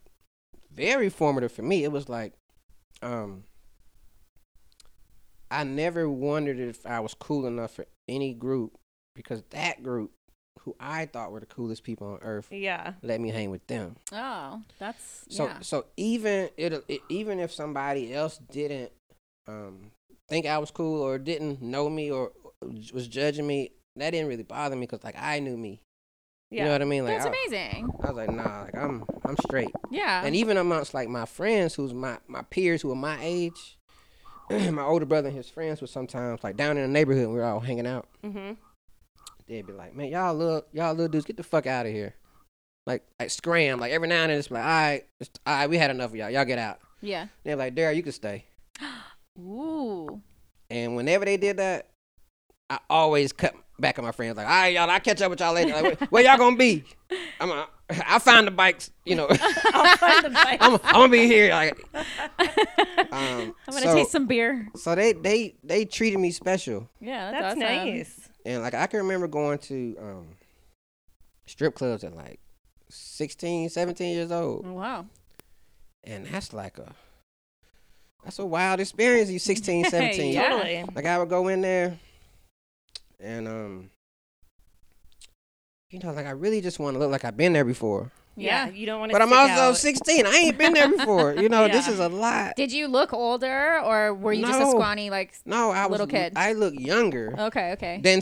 Speaker 3: very formative for me. It was like um I never wondered if I was cool enough for any group because that group who I thought were the coolest people on earth
Speaker 2: Yeah.
Speaker 3: let me hang with them.
Speaker 1: Oh, that's
Speaker 3: So
Speaker 1: yeah.
Speaker 3: so even it, it even if somebody else didn't um, think I was cool or didn't know me or was judging me, that didn't really bother me because like I knew me. You know
Speaker 2: Yeah.
Speaker 3: what I mean? Like
Speaker 1: that's
Speaker 3: I,
Speaker 1: amazing.
Speaker 3: I was like, nah, like I'm I'm straight.
Speaker 1: Yeah.
Speaker 3: And even amongst like my friends, who's my my peers, who are my age, [CLEARS THROAT] my older brother and his friends would sometimes like down in the neighborhood, we were all hanging out.
Speaker 2: Mm-hmm.
Speaker 3: They'd be like, man, y'all little y'all little dudes, get the fuck out of here. Like, like scram, like every now and then it's like, all right, it's, all right, we had enough of y'all. Y'all get out.
Speaker 1: yeah.
Speaker 3: They're like, Daryl, you can stay.
Speaker 1: [LAUGHS] Ooh.
Speaker 3: And whenever they did that, I always cut back at my friends like, all right, y'all, I'll catch up with y'all later. Like, where, where y'all
Speaker 1: [LAUGHS]
Speaker 3: gonna be? I'm a, I'll find the bikes, you know. [LAUGHS] I'm, I'm gonna be here. Like, um,
Speaker 1: [LAUGHS] I'm gonna
Speaker 3: so,
Speaker 1: taste some beer.
Speaker 3: So they they they treated me special,
Speaker 1: Yeah,
Speaker 2: That's
Speaker 1: that's, awesome.
Speaker 2: nice.
Speaker 3: and like I can remember going to um, strip clubs at like 16, 17 years old,
Speaker 1: Wow.
Speaker 3: and that's like a that's a wild experience. You 16,
Speaker 1: [LAUGHS]
Speaker 3: 17.
Speaker 1: Yeah.
Speaker 2: Totally.
Speaker 3: Like I would go in there and um you know, like I really just want to look like I've been there before.
Speaker 1: Yeah.
Speaker 2: You don't want to.
Speaker 3: But I'm also 16. I ain't been there before. You know, this
Speaker 2: Yeah.
Speaker 3: is a lot.
Speaker 1: Did you look older, or were you just a
Speaker 3: No.
Speaker 1: scrawny like?
Speaker 3: No, I was
Speaker 1: Little kid.
Speaker 3: I look younger
Speaker 1: Okay. Okay.
Speaker 3: than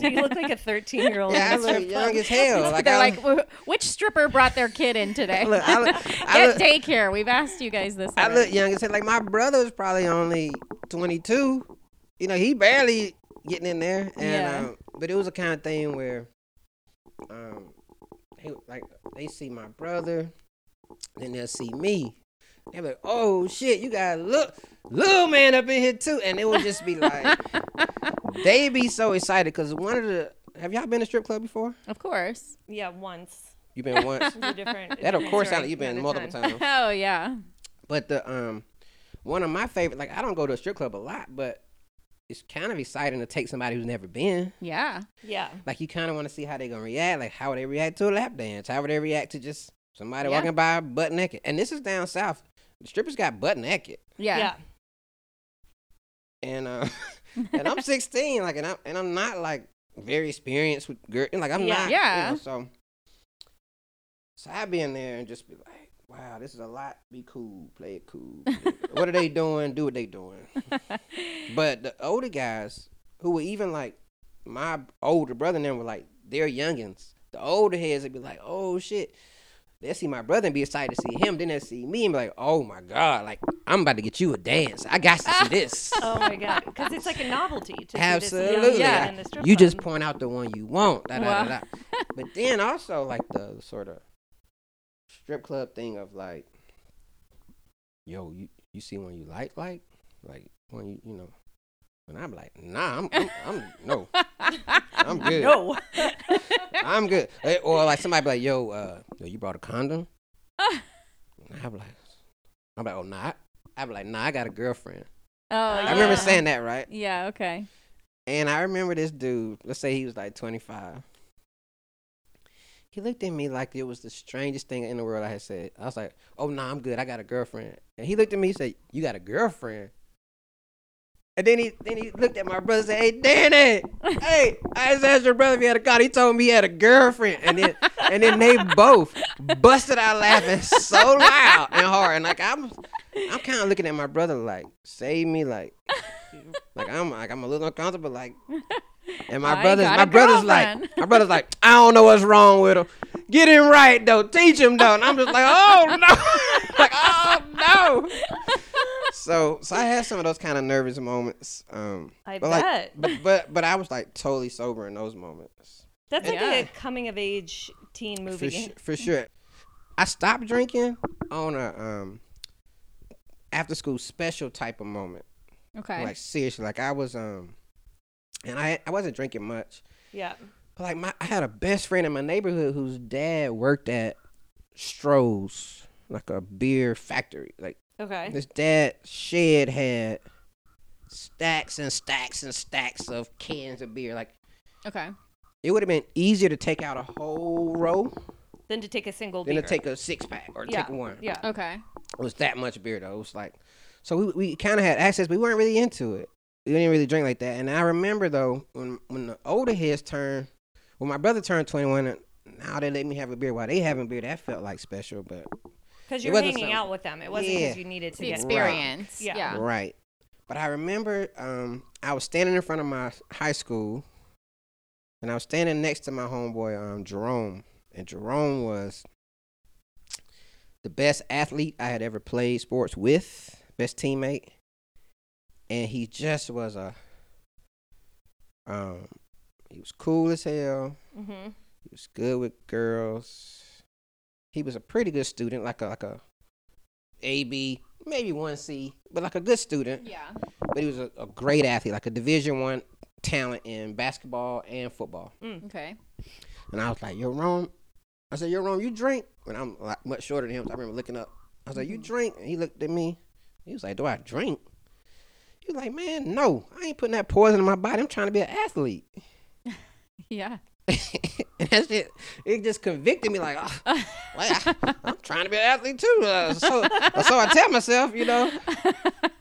Speaker 2: [LAUGHS]
Speaker 1: [LAUGHS]
Speaker 2: You look like a 13 year old.
Speaker 3: [LAUGHS] yeah, I look young as hell. Like
Speaker 1: Um, They're
Speaker 3: I,
Speaker 1: like, "Wh- which stripper brought their kid in today?
Speaker 3: I look, I look,
Speaker 1: [LAUGHS]
Speaker 3: I
Speaker 1: Get
Speaker 3: look,
Speaker 1: daycare. We've asked you guys this.
Speaker 3: I look
Speaker 1: already.
Speaker 3: young as hell. Like my brother's probably only 22. You know, he barely getting in there. And
Speaker 1: Yeah.
Speaker 3: um, but it was a kind of thing where um he like they see my brother, then they'll see me. They're like, oh shit, you got a little, little man up in here too. And it would
Speaker 2: [LAUGHS]
Speaker 3: just be like they be so excited because one of the have y'all been to strip club before?
Speaker 1: [LAUGHS] Of course.
Speaker 2: Yeah, once.
Speaker 3: you been
Speaker 2: [LAUGHS]
Speaker 3: once.
Speaker 2: It's a different.
Speaker 3: that of
Speaker 2: different
Speaker 3: course
Speaker 2: story.
Speaker 3: sounded you've been
Speaker 2: Another
Speaker 3: multiple
Speaker 2: time.
Speaker 3: times.
Speaker 1: [LAUGHS] Oh yeah.
Speaker 3: But the um, one of my favorite, like I don't go to a strip club a lot, but it's kind of exciting to take somebody who's never been.
Speaker 1: Yeah.
Speaker 2: Yeah.
Speaker 3: Like you kind of want to see how they gonna react, like how would they react to a lap dance, how would they react to just Somebody
Speaker 1: Yeah.
Speaker 3: walking by butt naked. And this is down south. The strippers got butt naked.
Speaker 1: Yeah. [LAUGHS]
Speaker 3: And uh [LAUGHS] and I'm 16, like and I'm and I'm not like very experienced with girl. Like I'm
Speaker 2: Yeah.
Speaker 3: not.
Speaker 1: Yeah.
Speaker 3: You know, so so I'd be in there and just be like, wow, this is a lot. Be cool, play it cool. what are they doing? Do what they doing. But the older guys who were even like my older brother and them were like they're youngins. The older heads would be like, oh shit. They see my brother and be excited to see him. Then they see me and be like, oh my god, like I'm about to get you a dance. I got to see this.
Speaker 2: [LAUGHS] Oh my god, because it's like a novelty to See this
Speaker 3: Absolutely.
Speaker 2: young
Speaker 1: Yeah.
Speaker 2: man in the strip
Speaker 3: You just
Speaker 2: club.
Speaker 3: point out the one you want. Da, da, da,
Speaker 1: Wow.
Speaker 3: da. But then also like the sort of strip club thing of like, yo, you, you see one you like, like, like one you you know. And I'm like, nah, I'm I'm, I'm no, I'm good.
Speaker 2: no.
Speaker 3: I'm good. Eh, Or like somebody be like, yo, uh, yo, you brought a condom? And I'm like, I'm like, oh nah. I- I be like, nah, I got a girlfriend.
Speaker 1: Oh,
Speaker 3: I remember
Speaker 1: yeah.
Speaker 3: saying that, right?
Speaker 1: Yeah. Okay.
Speaker 3: And I remember this dude, let's say he was like 25. He looked at me like it was the strangest thing in the world I had said. I was like, oh, no, I'm good. I got a girlfriend. And he looked at me and said, you got a girlfriend? And then he then he looked at my brother and said, hey, Danny, hey, I just asked your brother if he had a car. He told me he had a girlfriend. And then and then they both busted out laughing so loud and hard. And like, I'm, I'm kind of looking at my brother like, save me, like, like I'm like I'm a little uncomfortable, like. And my
Speaker 1: I
Speaker 3: brother's
Speaker 1: got
Speaker 3: my
Speaker 1: a
Speaker 3: brother's
Speaker 1: girlfriend.
Speaker 3: like my brother's like I don't know what's wrong with him. Get him right though, teach him though. And I'm just like oh no, [LAUGHS] like oh no. So so I had some of those kind of nervous moments. Um,
Speaker 2: I
Speaker 3: but
Speaker 2: bet.
Speaker 3: like but, but but I was like totally sober in those moments
Speaker 2: [LAUGHS] That's like
Speaker 1: Yeah.
Speaker 2: a coming of age teen
Speaker 3: for
Speaker 2: movie.
Speaker 3: su- for sure. I stopped drinking on a um after school special type of moment.
Speaker 1: Okay.
Speaker 3: Like seriously, like I was um, and I I wasn't drinking much,
Speaker 2: Yeah.
Speaker 3: but like my I had a best friend in my neighborhood whose dad worked at Stroh's, like a beer factory. Like
Speaker 2: Okay.
Speaker 3: this dad shed had stacks and stacks and stacks of cans of beer. Like
Speaker 1: okay.
Speaker 3: it would have been easier to take out a whole row
Speaker 2: Then to take a single
Speaker 3: than
Speaker 2: beer.
Speaker 3: to take a six pack or
Speaker 2: yeah.
Speaker 3: take one.
Speaker 2: Yeah.
Speaker 1: Okay.
Speaker 3: It was that much beer though. It was like, so we, we kind of had access. but We weren't really into it. We didn't really drink like that. And I remember though when when the older heads turned, when my brother turned twenty one, and now they let me have a beer while they having beer. That felt like special, but
Speaker 2: Because
Speaker 3: It
Speaker 2: you were
Speaker 3: wasn't
Speaker 2: hanging
Speaker 3: something-
Speaker 2: out with them. It wasn't because
Speaker 3: Yeah.
Speaker 2: you needed
Speaker 1: It's
Speaker 2: to
Speaker 1: the
Speaker 2: get
Speaker 1: experience.
Speaker 2: Yeah.
Speaker 1: Yeah.
Speaker 3: right. But I remember um, I was standing in front of my high school, and I was standing next to my homeboy um, Jerome, and Jerome was the best athlete I had ever played sports with, best teammate, and he just was a. Um, he was cool as hell.
Speaker 2: Mm-hmm.
Speaker 3: He was good with girls. He was a pretty good student, like a like a A B, maybe one C, but like a good student
Speaker 1: Yeah.
Speaker 3: but he was a, a great athlete, like a Division One talent in basketball and football.
Speaker 1: Okay.
Speaker 3: And I was like, "Yo, Rome," I said, "Yo, Rome, you drink?" And I'm like much shorter than him, so I remember looking up. I was like, "You drink?" And he looked at me. He was like, "Do I drink?" He was like, "Man, no, I ain't putting that poison in my body. I'm trying to be an athlete." [LAUGHS]
Speaker 1: Yeah. [LAUGHS]
Speaker 3: and that shit, it just convicted me like, oh, like I, am trying to be an athlete too. Uh, so, so I tell myself, you know.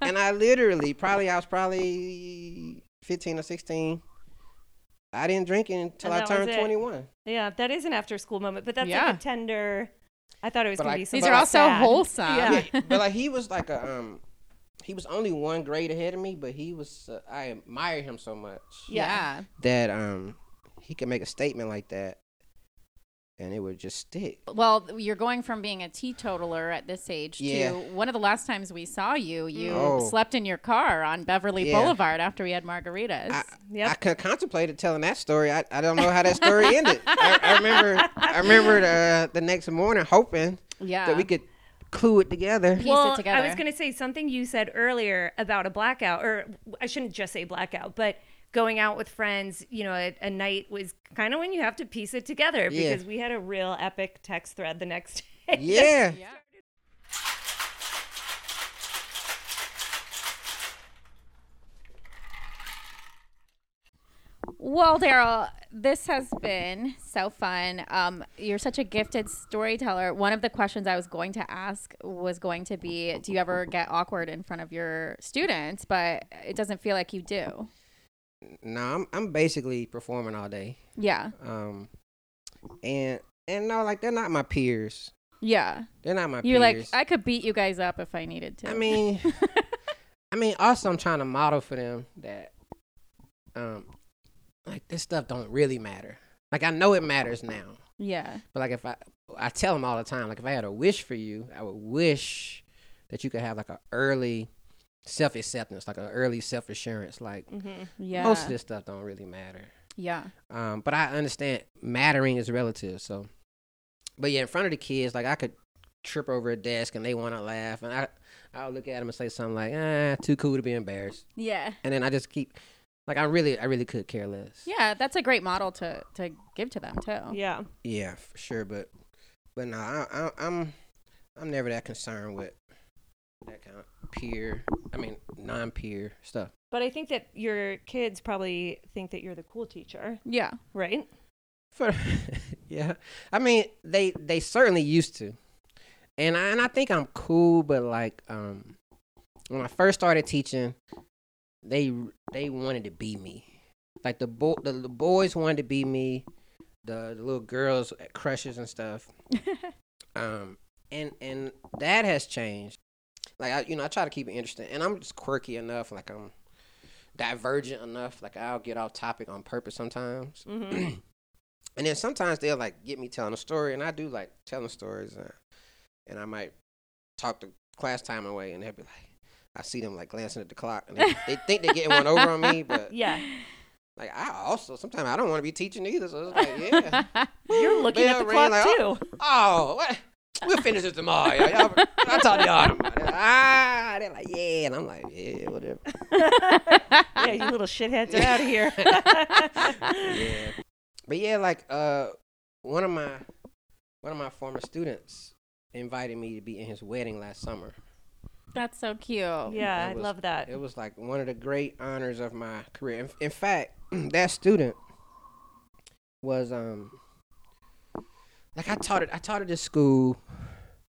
Speaker 3: And I literally, probably, I was probably 15 or 16. I didn't drink until
Speaker 2: And
Speaker 3: I
Speaker 2: that was
Speaker 3: turned
Speaker 2: it.
Speaker 3: 21.
Speaker 2: Yeah. That is an after school moment, but that's
Speaker 1: Yeah.
Speaker 2: like a tender. I thought it was
Speaker 3: But
Speaker 2: going
Speaker 3: I-
Speaker 2: to be
Speaker 3: These
Speaker 2: something
Speaker 1: These are also
Speaker 2: sad.
Speaker 1: wholesome.
Speaker 2: [LAUGHS] Yeah.
Speaker 1: [LAUGHS]
Speaker 3: Yeah, but like he was like a um, he was only one grade ahead of me, but he was uh, I admired him so much
Speaker 1: Yeah.
Speaker 3: that um, he could make a statement like that, and it would just stick.
Speaker 1: Well, you're going from being a teetotaler at this age
Speaker 3: Yeah.
Speaker 1: to one of the last times we saw you, you
Speaker 3: Oh.
Speaker 1: slept in your car on Beverly
Speaker 3: Yeah.
Speaker 1: Boulevard after we had margaritas.
Speaker 3: I,
Speaker 2: Yep.
Speaker 3: I could contemplated telling that story. I, I don't know how that
Speaker 2: [LAUGHS]
Speaker 3: story ended. I, I remember I remember the, the next morning hoping
Speaker 1: yeah.
Speaker 3: that we could clue it together.
Speaker 1: piece it together.
Speaker 2: I was going to say something you said earlier about a blackout, or I shouldn't just say blackout, but going out with friends, you know, a, a night was kind of when you have to piece it together
Speaker 3: Yeah.
Speaker 2: because we had a real epic text thread the next day. [LAUGHS]
Speaker 3: Yeah.
Speaker 1: Well, Daryl, this has been so fun. Um, you're such a gifted storyteller. One of the questions I was going to ask was going to be Do you ever get awkward in front of your students? But it doesn't feel like you do.
Speaker 3: No, I'm I'm basically performing all day.
Speaker 1: Yeah.
Speaker 3: Um, and and no, like they're not my peers.
Speaker 1: Yeah.
Speaker 3: They're not my
Speaker 1: You're like,
Speaker 3: peers.
Speaker 1: I could beat you guys up if I needed to.
Speaker 3: I mean, I mean, also I'm trying to model for them that, um, like this stuff don't really matter. Like I know it matters now,
Speaker 1: [LAUGHS] yeah.
Speaker 3: but like if I, I tell them all the time, like if I had a wish for you, I would wish that you could have like an early self acceptance, like an early self assurance. Like
Speaker 2: Mm-hmm.
Speaker 1: Yeah.
Speaker 3: most of this stuff don't really matter.
Speaker 1: Yeah.
Speaker 3: Um, but I understand mattering is relative. So, but yeah, in front of the kids, like I could trip over a desk and they want to laugh, and I I'll look at them and say something like, "Ah, too cool to be embarrassed,"
Speaker 1: Yeah.
Speaker 3: and then I just keep like I really I really could care less.
Speaker 1: Yeah. That's a great model to, to give to them,
Speaker 3: Oh.
Speaker 1: too.
Speaker 2: Yeah.
Speaker 3: Yeah, for sure. But but no, I, I, I'm I'm never that concerned with that kind of peer. I mean, non-peer stuff.
Speaker 2: But I think that your kids probably think that you're the cool teacher,
Speaker 1: Yeah.
Speaker 2: right?
Speaker 3: For [LAUGHS] yeah, I mean they they certainly used to, and I, and I think I'm cool, but like um, when I first started teaching, they they wanted to be me, like the boy the, the boys wanted to be me, the, the little girls crushes and stuff, um, and and that has changed. Like I you know I try to keep it interesting, and I'm just quirky enough, like I'm divergent enough, like I'll get off topic on purpose sometimes.
Speaker 2: Mm-hmm.
Speaker 3: And then sometimes they'll like get me telling a story, and I do like telling stories, uh, and I might talk the class time away, and they'll be like, I see them like glancing at the clock, and they, they think they're getting one over on me, but
Speaker 2: yeah.
Speaker 3: like I also sometimes I don't want to be teaching either, so
Speaker 1: [LAUGHS]
Speaker 3: it's like Oh, yeah,
Speaker 2: You're looking at
Speaker 3: Bell
Speaker 2: the
Speaker 3: ring,
Speaker 2: clock
Speaker 3: like,
Speaker 2: too.
Speaker 3: oh, what? we'll finish this tomorrow. Y'all. Y'all- I talk to y'all tomorrow. They're like, ah, they're like yeah, and I'm like yeah, whatever.
Speaker 2: yeah, you
Speaker 3: [LAUGHS]
Speaker 2: little shitheads are out of here.
Speaker 3: yeah. But yeah, like uh one of my one of my former students invited me to be in his wedding last summer.
Speaker 1: That's so cute.
Speaker 2: yeah,
Speaker 3: Oh, That
Speaker 2: I
Speaker 3: was-
Speaker 2: love that.
Speaker 3: It was like one of the great honors of my career. In, in fact, [CLEARS THROAT] that student was um like I taught it I taught at this school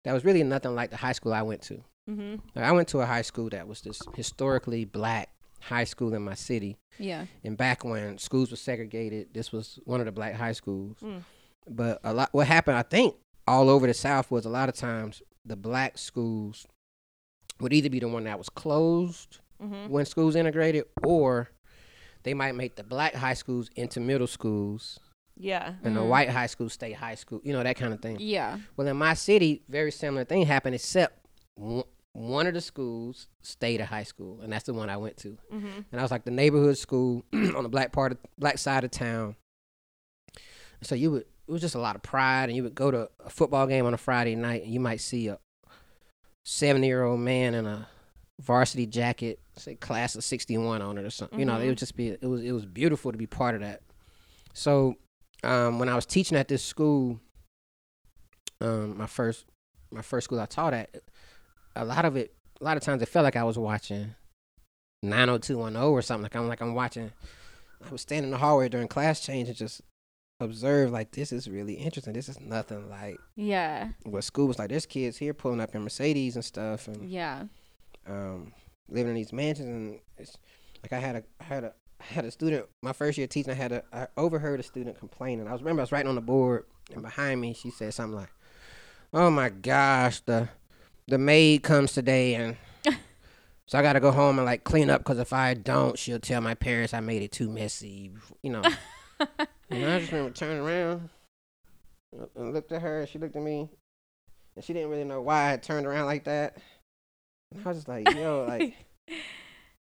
Speaker 3: that was really nothing like the high school I went to.
Speaker 2: Mm-hmm.
Speaker 3: Like I went to a high school that was this historically black high school in my city.
Speaker 1: Yeah.
Speaker 3: And back when schools were segregated, this was one of the black high schools.
Speaker 2: Mm.
Speaker 3: But a lot, what happened, I think, all over the South was a lot of times the black schools would either be the one that was closed
Speaker 2: Mm-hmm.
Speaker 3: when schools integrated, or they might make the black high schools into middle schools,
Speaker 2: Yeah.
Speaker 3: and the
Speaker 1: Mm.
Speaker 3: white high schools stay high school. You know that kind of thing.
Speaker 1: Yeah.
Speaker 3: Well, in my city, very similar thing happened, except one, one of the schools stayed a high school, and that's the one I went to
Speaker 2: Mm-hmm.
Speaker 3: and I was like the neighborhood school [CLEARS THROAT] on the black part of black side of town. So you would it was just a lot of pride, and you would go to a football game on a Friday night, and you might see a seventy year old man in a varsity jacket, say class of sixty one on it or something. You know, it
Speaker 2: Mhm.
Speaker 3: would just be it was it was beautiful to be part of that. So um, when I was teaching at this school, um, my first my first school I taught at, a lot of it, a lot of times it felt like I was watching 90210 or something. Like I'm like I'm watching. I was standing in the hallway during class change and just observed like this is really interesting. This is nothing like
Speaker 1: Yeah.
Speaker 3: what school was like. There's kids here pulling up in Mercedes and stuff, and
Speaker 1: Yeah.
Speaker 3: um, living in these mansions. And it's like I had a I had a I had a student my first year teaching. I had a I overheard a student complaining. I was remember I was writing on the board and behind me she said something like, "Oh my gosh, the the maid comes today and." So I gotta go home and like clean up because if I don't, she'll tell my parents I made it too messy, you know. and I just remember turning around uh, and looked at her. and She looked at me, and she didn't really know why I turned around like that. And I was just like, yo, like,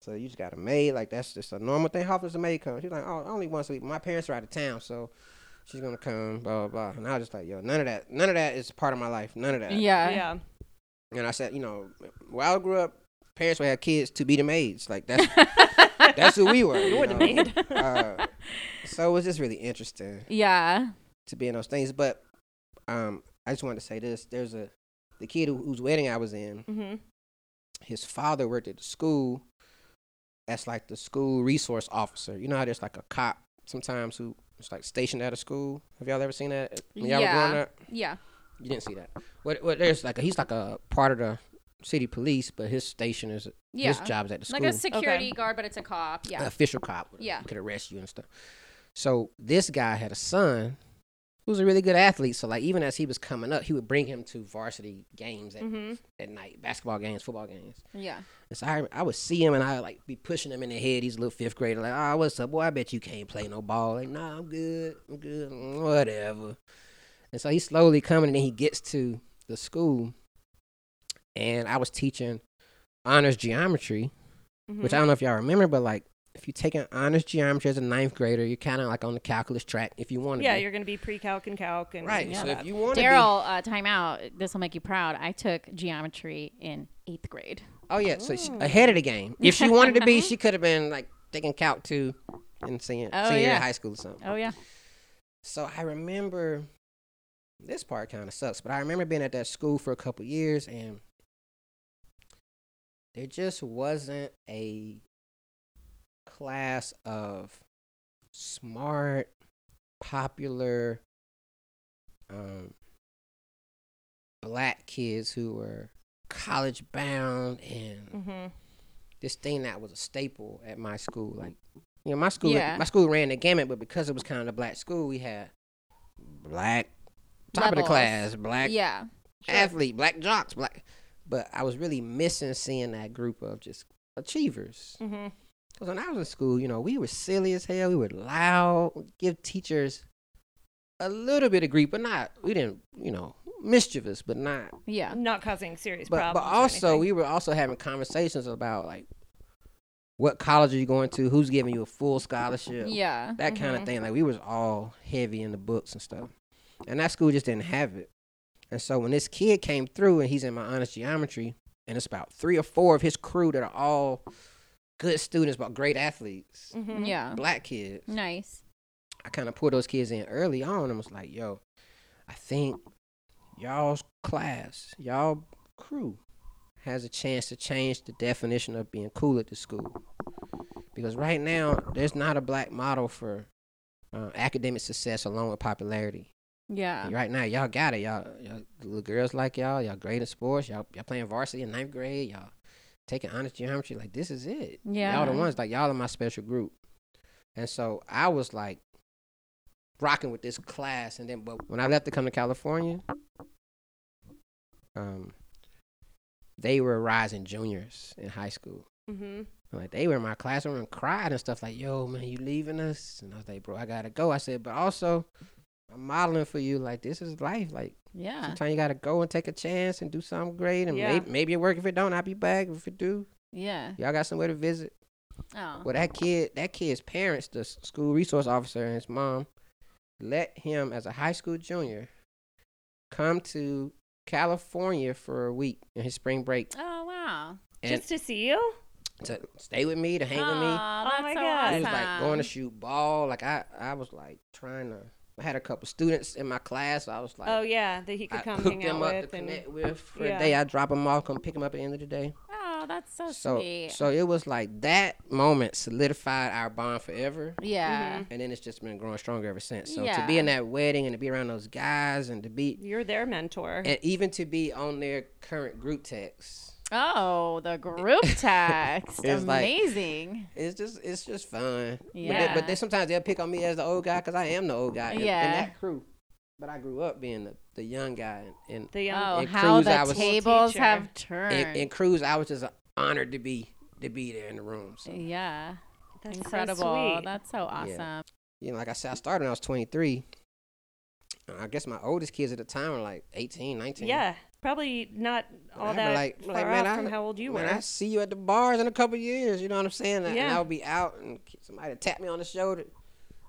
Speaker 3: so you just got a maid, like that's just a normal thing. How often does a maid come? She's like, oh, only once a week. My parents are out of town, so she's gonna come, blah blah blah. And I was just like, yo, none of that, none of that is part of my life, none of
Speaker 1: [LAUGHS]
Speaker 3: that.
Speaker 1: Yeah.
Speaker 2: Yeah.
Speaker 3: And I said, you know, where I grew up, parents would have kids to be the maids,
Speaker 1: [LAUGHS]
Speaker 3: like that's that's who we were. You
Speaker 2: You're the
Speaker 3: know?
Speaker 2: maid.
Speaker 3: Uh, so it was just really interesting
Speaker 1: Yeah.
Speaker 3: to be in those things. But um, I just wanted to say this: there's a the kid who, whose wedding I was in.
Speaker 2: Mm-hmm.
Speaker 3: his father worked at the school as like the school resource officer. You know how there's like a cop sometimes who was like stationed out of school. Have y'all ever seen that? When y'all were
Speaker 1: Yeah.
Speaker 3: growing up,
Speaker 1: Yeah.
Speaker 3: you didn't see that. What? What? There's like a, he's like a part of the city police, but his station is
Speaker 1: Yeah.
Speaker 3: his job's at the school.
Speaker 1: Like a security guard, but it's a cop.
Speaker 3: an
Speaker 1: Yeah.
Speaker 3: official cop would-
Speaker 1: Yeah.
Speaker 3: could arrest you and stuff. So this guy had a son who was a really good athlete. So like even as he was coming up, he would bring him to varsity games at,
Speaker 2: mm-hmm,
Speaker 1: Mm-hmm.
Speaker 3: at night, basketball games, football games.
Speaker 1: Yeah.
Speaker 3: And so I, I would see him and I like be pushing him in the head. He's a little fifth grader, like, oh, what's up, boy? I bet you can't play no ball. Like, nah, I'm good, I'm good, Mm, whatever. And so he's slowly coming, and then he gets to the school, and I was teaching honors geometry, which
Speaker 2: Mm-hmm.
Speaker 3: I don't know if y'all remember, but like if you take an honors geometry as a ninth grader, you're kind of like on the calculus track if you want to.
Speaker 2: yeah,
Speaker 3: be.
Speaker 2: you're going to be pre-calc and calc and
Speaker 3: right.
Speaker 2: all
Speaker 3: so
Speaker 2: that.
Speaker 3: if you want to,
Speaker 1: Daryl, uh, time out. This will make you proud. I took geometry in eighth grade.
Speaker 3: oh yeah, so
Speaker 2: Mm.
Speaker 3: she, ahead of the game. If she
Speaker 2: [LAUGHS]
Speaker 3: wanted to be, she could have been like taking calc two and senior,
Speaker 1: Oh,
Speaker 3: senior
Speaker 1: yeah.
Speaker 3: in high school or something.
Speaker 1: Oh yeah.
Speaker 3: So I remember this part kind of sucks, but I remember being at that school for a couple years and there just wasn't a class of smart, popular um black kids who were college bound and
Speaker 2: Mhm.
Speaker 3: this thing that was a staple at my school. Like, you know, my school
Speaker 1: Yeah.
Speaker 3: my school ran the gamut, but because it was kind of a black school, we had black top of the
Speaker 1: Levels.
Speaker 3: class, black
Speaker 1: Yeah.
Speaker 3: athlete, black jocks, black. But I was really missing seeing that group of just achievers.
Speaker 1: Mm.
Speaker 2: Mhm.
Speaker 3: Because when I was in school, you know, we were silly as hell. We were loud. We'd give teachers a little bit of grief, but not. We didn't, you know, mischievous, but not
Speaker 1: Yeah.
Speaker 2: not causing serious
Speaker 3: but, but
Speaker 2: problems. or
Speaker 3: also
Speaker 2: anything.
Speaker 3: we were also having conversations about like what college are you going to who's giving you a full scholarship
Speaker 1: Yeah.
Speaker 3: that kind of
Speaker 2: Mhm.
Speaker 3: thing like we was all heavy in the books and stuff and that school just didn't have it and so when this kid came through and he's in my honors geometry and it's about three or four of his crew that are all good students but great athletes
Speaker 2: Mhm.
Speaker 1: Yeah.
Speaker 3: black kids
Speaker 1: Nice.
Speaker 3: I kind of pulled those kids in early on and was like, yo, I think y'all's class, y'all crew has a chance to change the definition of being cool at the school. Because right now, there's not a black model for uh, academic success along with popularity.
Speaker 1: Yeah.
Speaker 3: And Right now, y'all got it. Y'all, y'all little girls like y'all, y'all great in sports, y'all, y'all playing varsity in ninth grade, y'all taking honors geometry. Like, this is it
Speaker 1: Yeah.
Speaker 3: y'all the ones like y'all in my special group and so i was like rocking with this class and then but when i left to come to california um they were rising juniors in high school
Speaker 2: Mhm.
Speaker 3: And, like they were in my classroom and cried and stuff like yo man you leaving us and i was like bro i gotta go i said but also i'm modeling for you like this is life like
Speaker 1: Yeah.
Speaker 3: sometimes you gotta go and take a chance and do something great and
Speaker 2: Yeah.
Speaker 3: maybe, maybe it work if it don't i'll be back if it do
Speaker 1: Yeah.
Speaker 3: y'all got somewhere to visit
Speaker 1: Oh.
Speaker 3: well, that kid, that kid's parents, the s- school resource officer and his mom, let him as a high school junior come to California for a week in his spring break
Speaker 1: Oh wow.
Speaker 3: and
Speaker 2: just to see you.
Speaker 3: to stay with me, to hang with me.
Speaker 1: Aw,
Speaker 2: Oh
Speaker 1: that's
Speaker 2: my
Speaker 1: so
Speaker 2: God.
Speaker 3: He was like going to
Speaker 1: awesome.
Speaker 3: shoot ball. Like I, I was like trying to. I had a couple students in my class. So I was like,
Speaker 2: oh yeah, that he could
Speaker 3: I
Speaker 2: come
Speaker 3: hooked
Speaker 2: hang
Speaker 3: them
Speaker 2: out
Speaker 3: up to
Speaker 2: with. And,
Speaker 3: connect with for
Speaker 2: Yeah.
Speaker 3: a day. I drop them off, come pick them up at the end of the day.
Speaker 1: Oh, that's so,
Speaker 3: So, [LAUGHS]
Speaker 1: sweet.
Speaker 3: so it was like that moment solidified our bond forever.
Speaker 2: Mm-hmm.
Speaker 1: yeah.
Speaker 3: and then it's just been growing stronger ever since. So to be
Speaker 1: Yeah.
Speaker 3: in that wedding and to be around those guys and to be
Speaker 2: you're their mentor.
Speaker 3: and even to be on their current group text,
Speaker 1: Oh, the
Speaker 3: [LAUGHS]
Speaker 1: group text.
Speaker 3: It's like-
Speaker 1: Amazing.
Speaker 3: it's just it's just fun. But, they,
Speaker 1: Yeah.
Speaker 3: but then sometimes they'll pick on me as the old guy because I am the old guy in, in
Speaker 1: Yeah.
Speaker 3: that crew. But I grew up being the, the young guy, and,
Speaker 2: the young
Speaker 1: oh,
Speaker 3: and
Speaker 1: how
Speaker 3: Cruz,
Speaker 1: the
Speaker 3: I was-
Speaker 1: tables
Speaker 2: Teacher.
Speaker 1: have
Speaker 3: and,
Speaker 1: turned.
Speaker 3: and, and crews I was just honored to be to be there in the room. So
Speaker 1: yeah.
Speaker 2: That's so
Speaker 1: Incredible.
Speaker 2: sweet.
Speaker 1: That's so awesome.
Speaker 3: you know, like I said, I started when I was 23. And I guess my oldest kids at the time were like 18, 19.
Speaker 2: yeah, probably not all
Speaker 3: I'd be
Speaker 2: that
Speaker 3: like-
Speaker 2: far
Speaker 3: like,
Speaker 2: off
Speaker 3: man, I-
Speaker 2: from how old you were.
Speaker 3: When I see you at the bars in a couple years, you know what I'm saying? And- And
Speaker 2: Yeah.
Speaker 3: I'll be out and somebody tap me on the shoulder.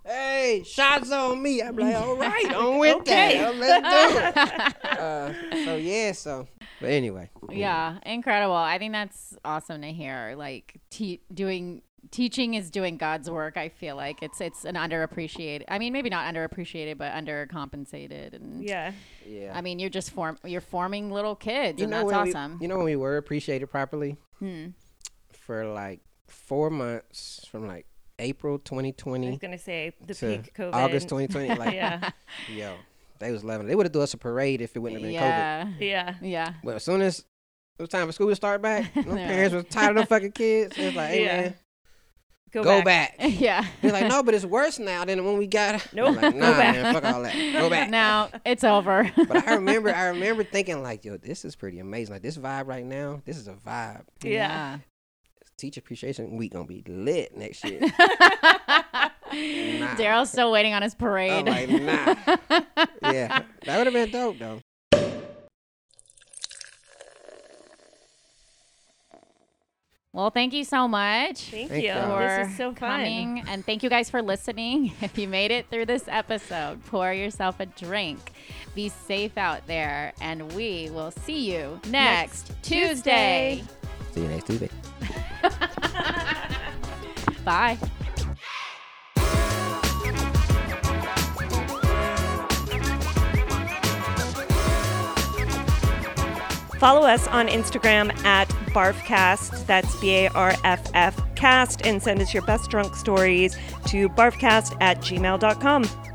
Speaker 3: Hey, shots on me. I'm like, all
Speaker 2: [LAUGHS]
Speaker 3: right, on with
Speaker 2: Okay.
Speaker 3: that. Let's
Speaker 1: [LAUGHS]
Speaker 2: [LAUGHS]
Speaker 3: do it. Uh, so yeah, so but anyway.
Speaker 1: Yeah, incredible. I think that's awesome to hear. Like te- doing teaching is doing God's work. I feel like it's it's an underappreciated. I mean, maybe not underappreciated, but undercompensated. And
Speaker 2: yeah,
Speaker 3: Yeah.
Speaker 1: I mean, you're just form you're forming little kids, and that's
Speaker 3: when we-
Speaker 1: awesome.
Speaker 3: you know when we [LAUGHS] were appreciated properly
Speaker 1: Hmm.
Speaker 3: for like four months from like April
Speaker 2: I was
Speaker 3: 2020
Speaker 2: gonna say the
Speaker 3: to
Speaker 2: peak COVID. [LAUGHS]
Speaker 3: August 2020. Like,
Speaker 2: Yeah,
Speaker 3: yo, they was loving it. They would have done us a parade if it wouldn't have been COVID.
Speaker 1: yeah.
Speaker 2: yeah.
Speaker 1: Yeah. [LAUGHS]
Speaker 3: Well, as soon as it was time for school to start back,
Speaker 2: [LAUGHS]
Speaker 1: They're
Speaker 3: no parents was tired of them fucking kids. It was like, hey,
Speaker 2: Yeah.
Speaker 3: man, go back.
Speaker 2: [LAUGHS]
Speaker 1: Yeah. [LAUGHS]
Speaker 3: They're like, no, but it's worse now than when we got.
Speaker 2: Nope.
Speaker 3: I'm Like,
Speaker 2: Go
Speaker 3: nah,
Speaker 2: back.
Speaker 3: man, fuck all that.
Speaker 1: [LAUGHS]
Speaker 2: [LAUGHS]
Speaker 3: Go back.
Speaker 1: Now it's over.
Speaker 3: But
Speaker 1: [LAUGHS]
Speaker 3: I remember, I remember thinking like, yo, this is pretty amazing. Like this vibe right now, this is a vibe.
Speaker 2: Yeah.
Speaker 3: Teacher Appreciation Week gonna be lit
Speaker 2: [LAUGHS]
Speaker 3: next
Speaker 1: [LAUGHS]
Speaker 3: year.
Speaker 1: Daryl's still waiting on his
Speaker 3: I'm
Speaker 1: parade. [LAUGHS]
Speaker 3: like, nah. yeah, that would have been dope though.
Speaker 1: Well, thank you so much.
Speaker 2: Thank
Speaker 3: Thank
Speaker 2: you.
Speaker 3: y'all.
Speaker 2: This is so fun.
Speaker 1: coming. And thank you guys for listening. [LAUGHS] If you made it through this episode, pour yourself a drink. Be safe out there. And we will see you next, Tuesday.
Speaker 2: Tuesday.
Speaker 3: See you next Tuesday.
Speaker 1: Bye.
Speaker 2: Follow us on Instagram at barfcast. That's B A R F F cast, and send us your best drunk stories to barfcast at gmail.com.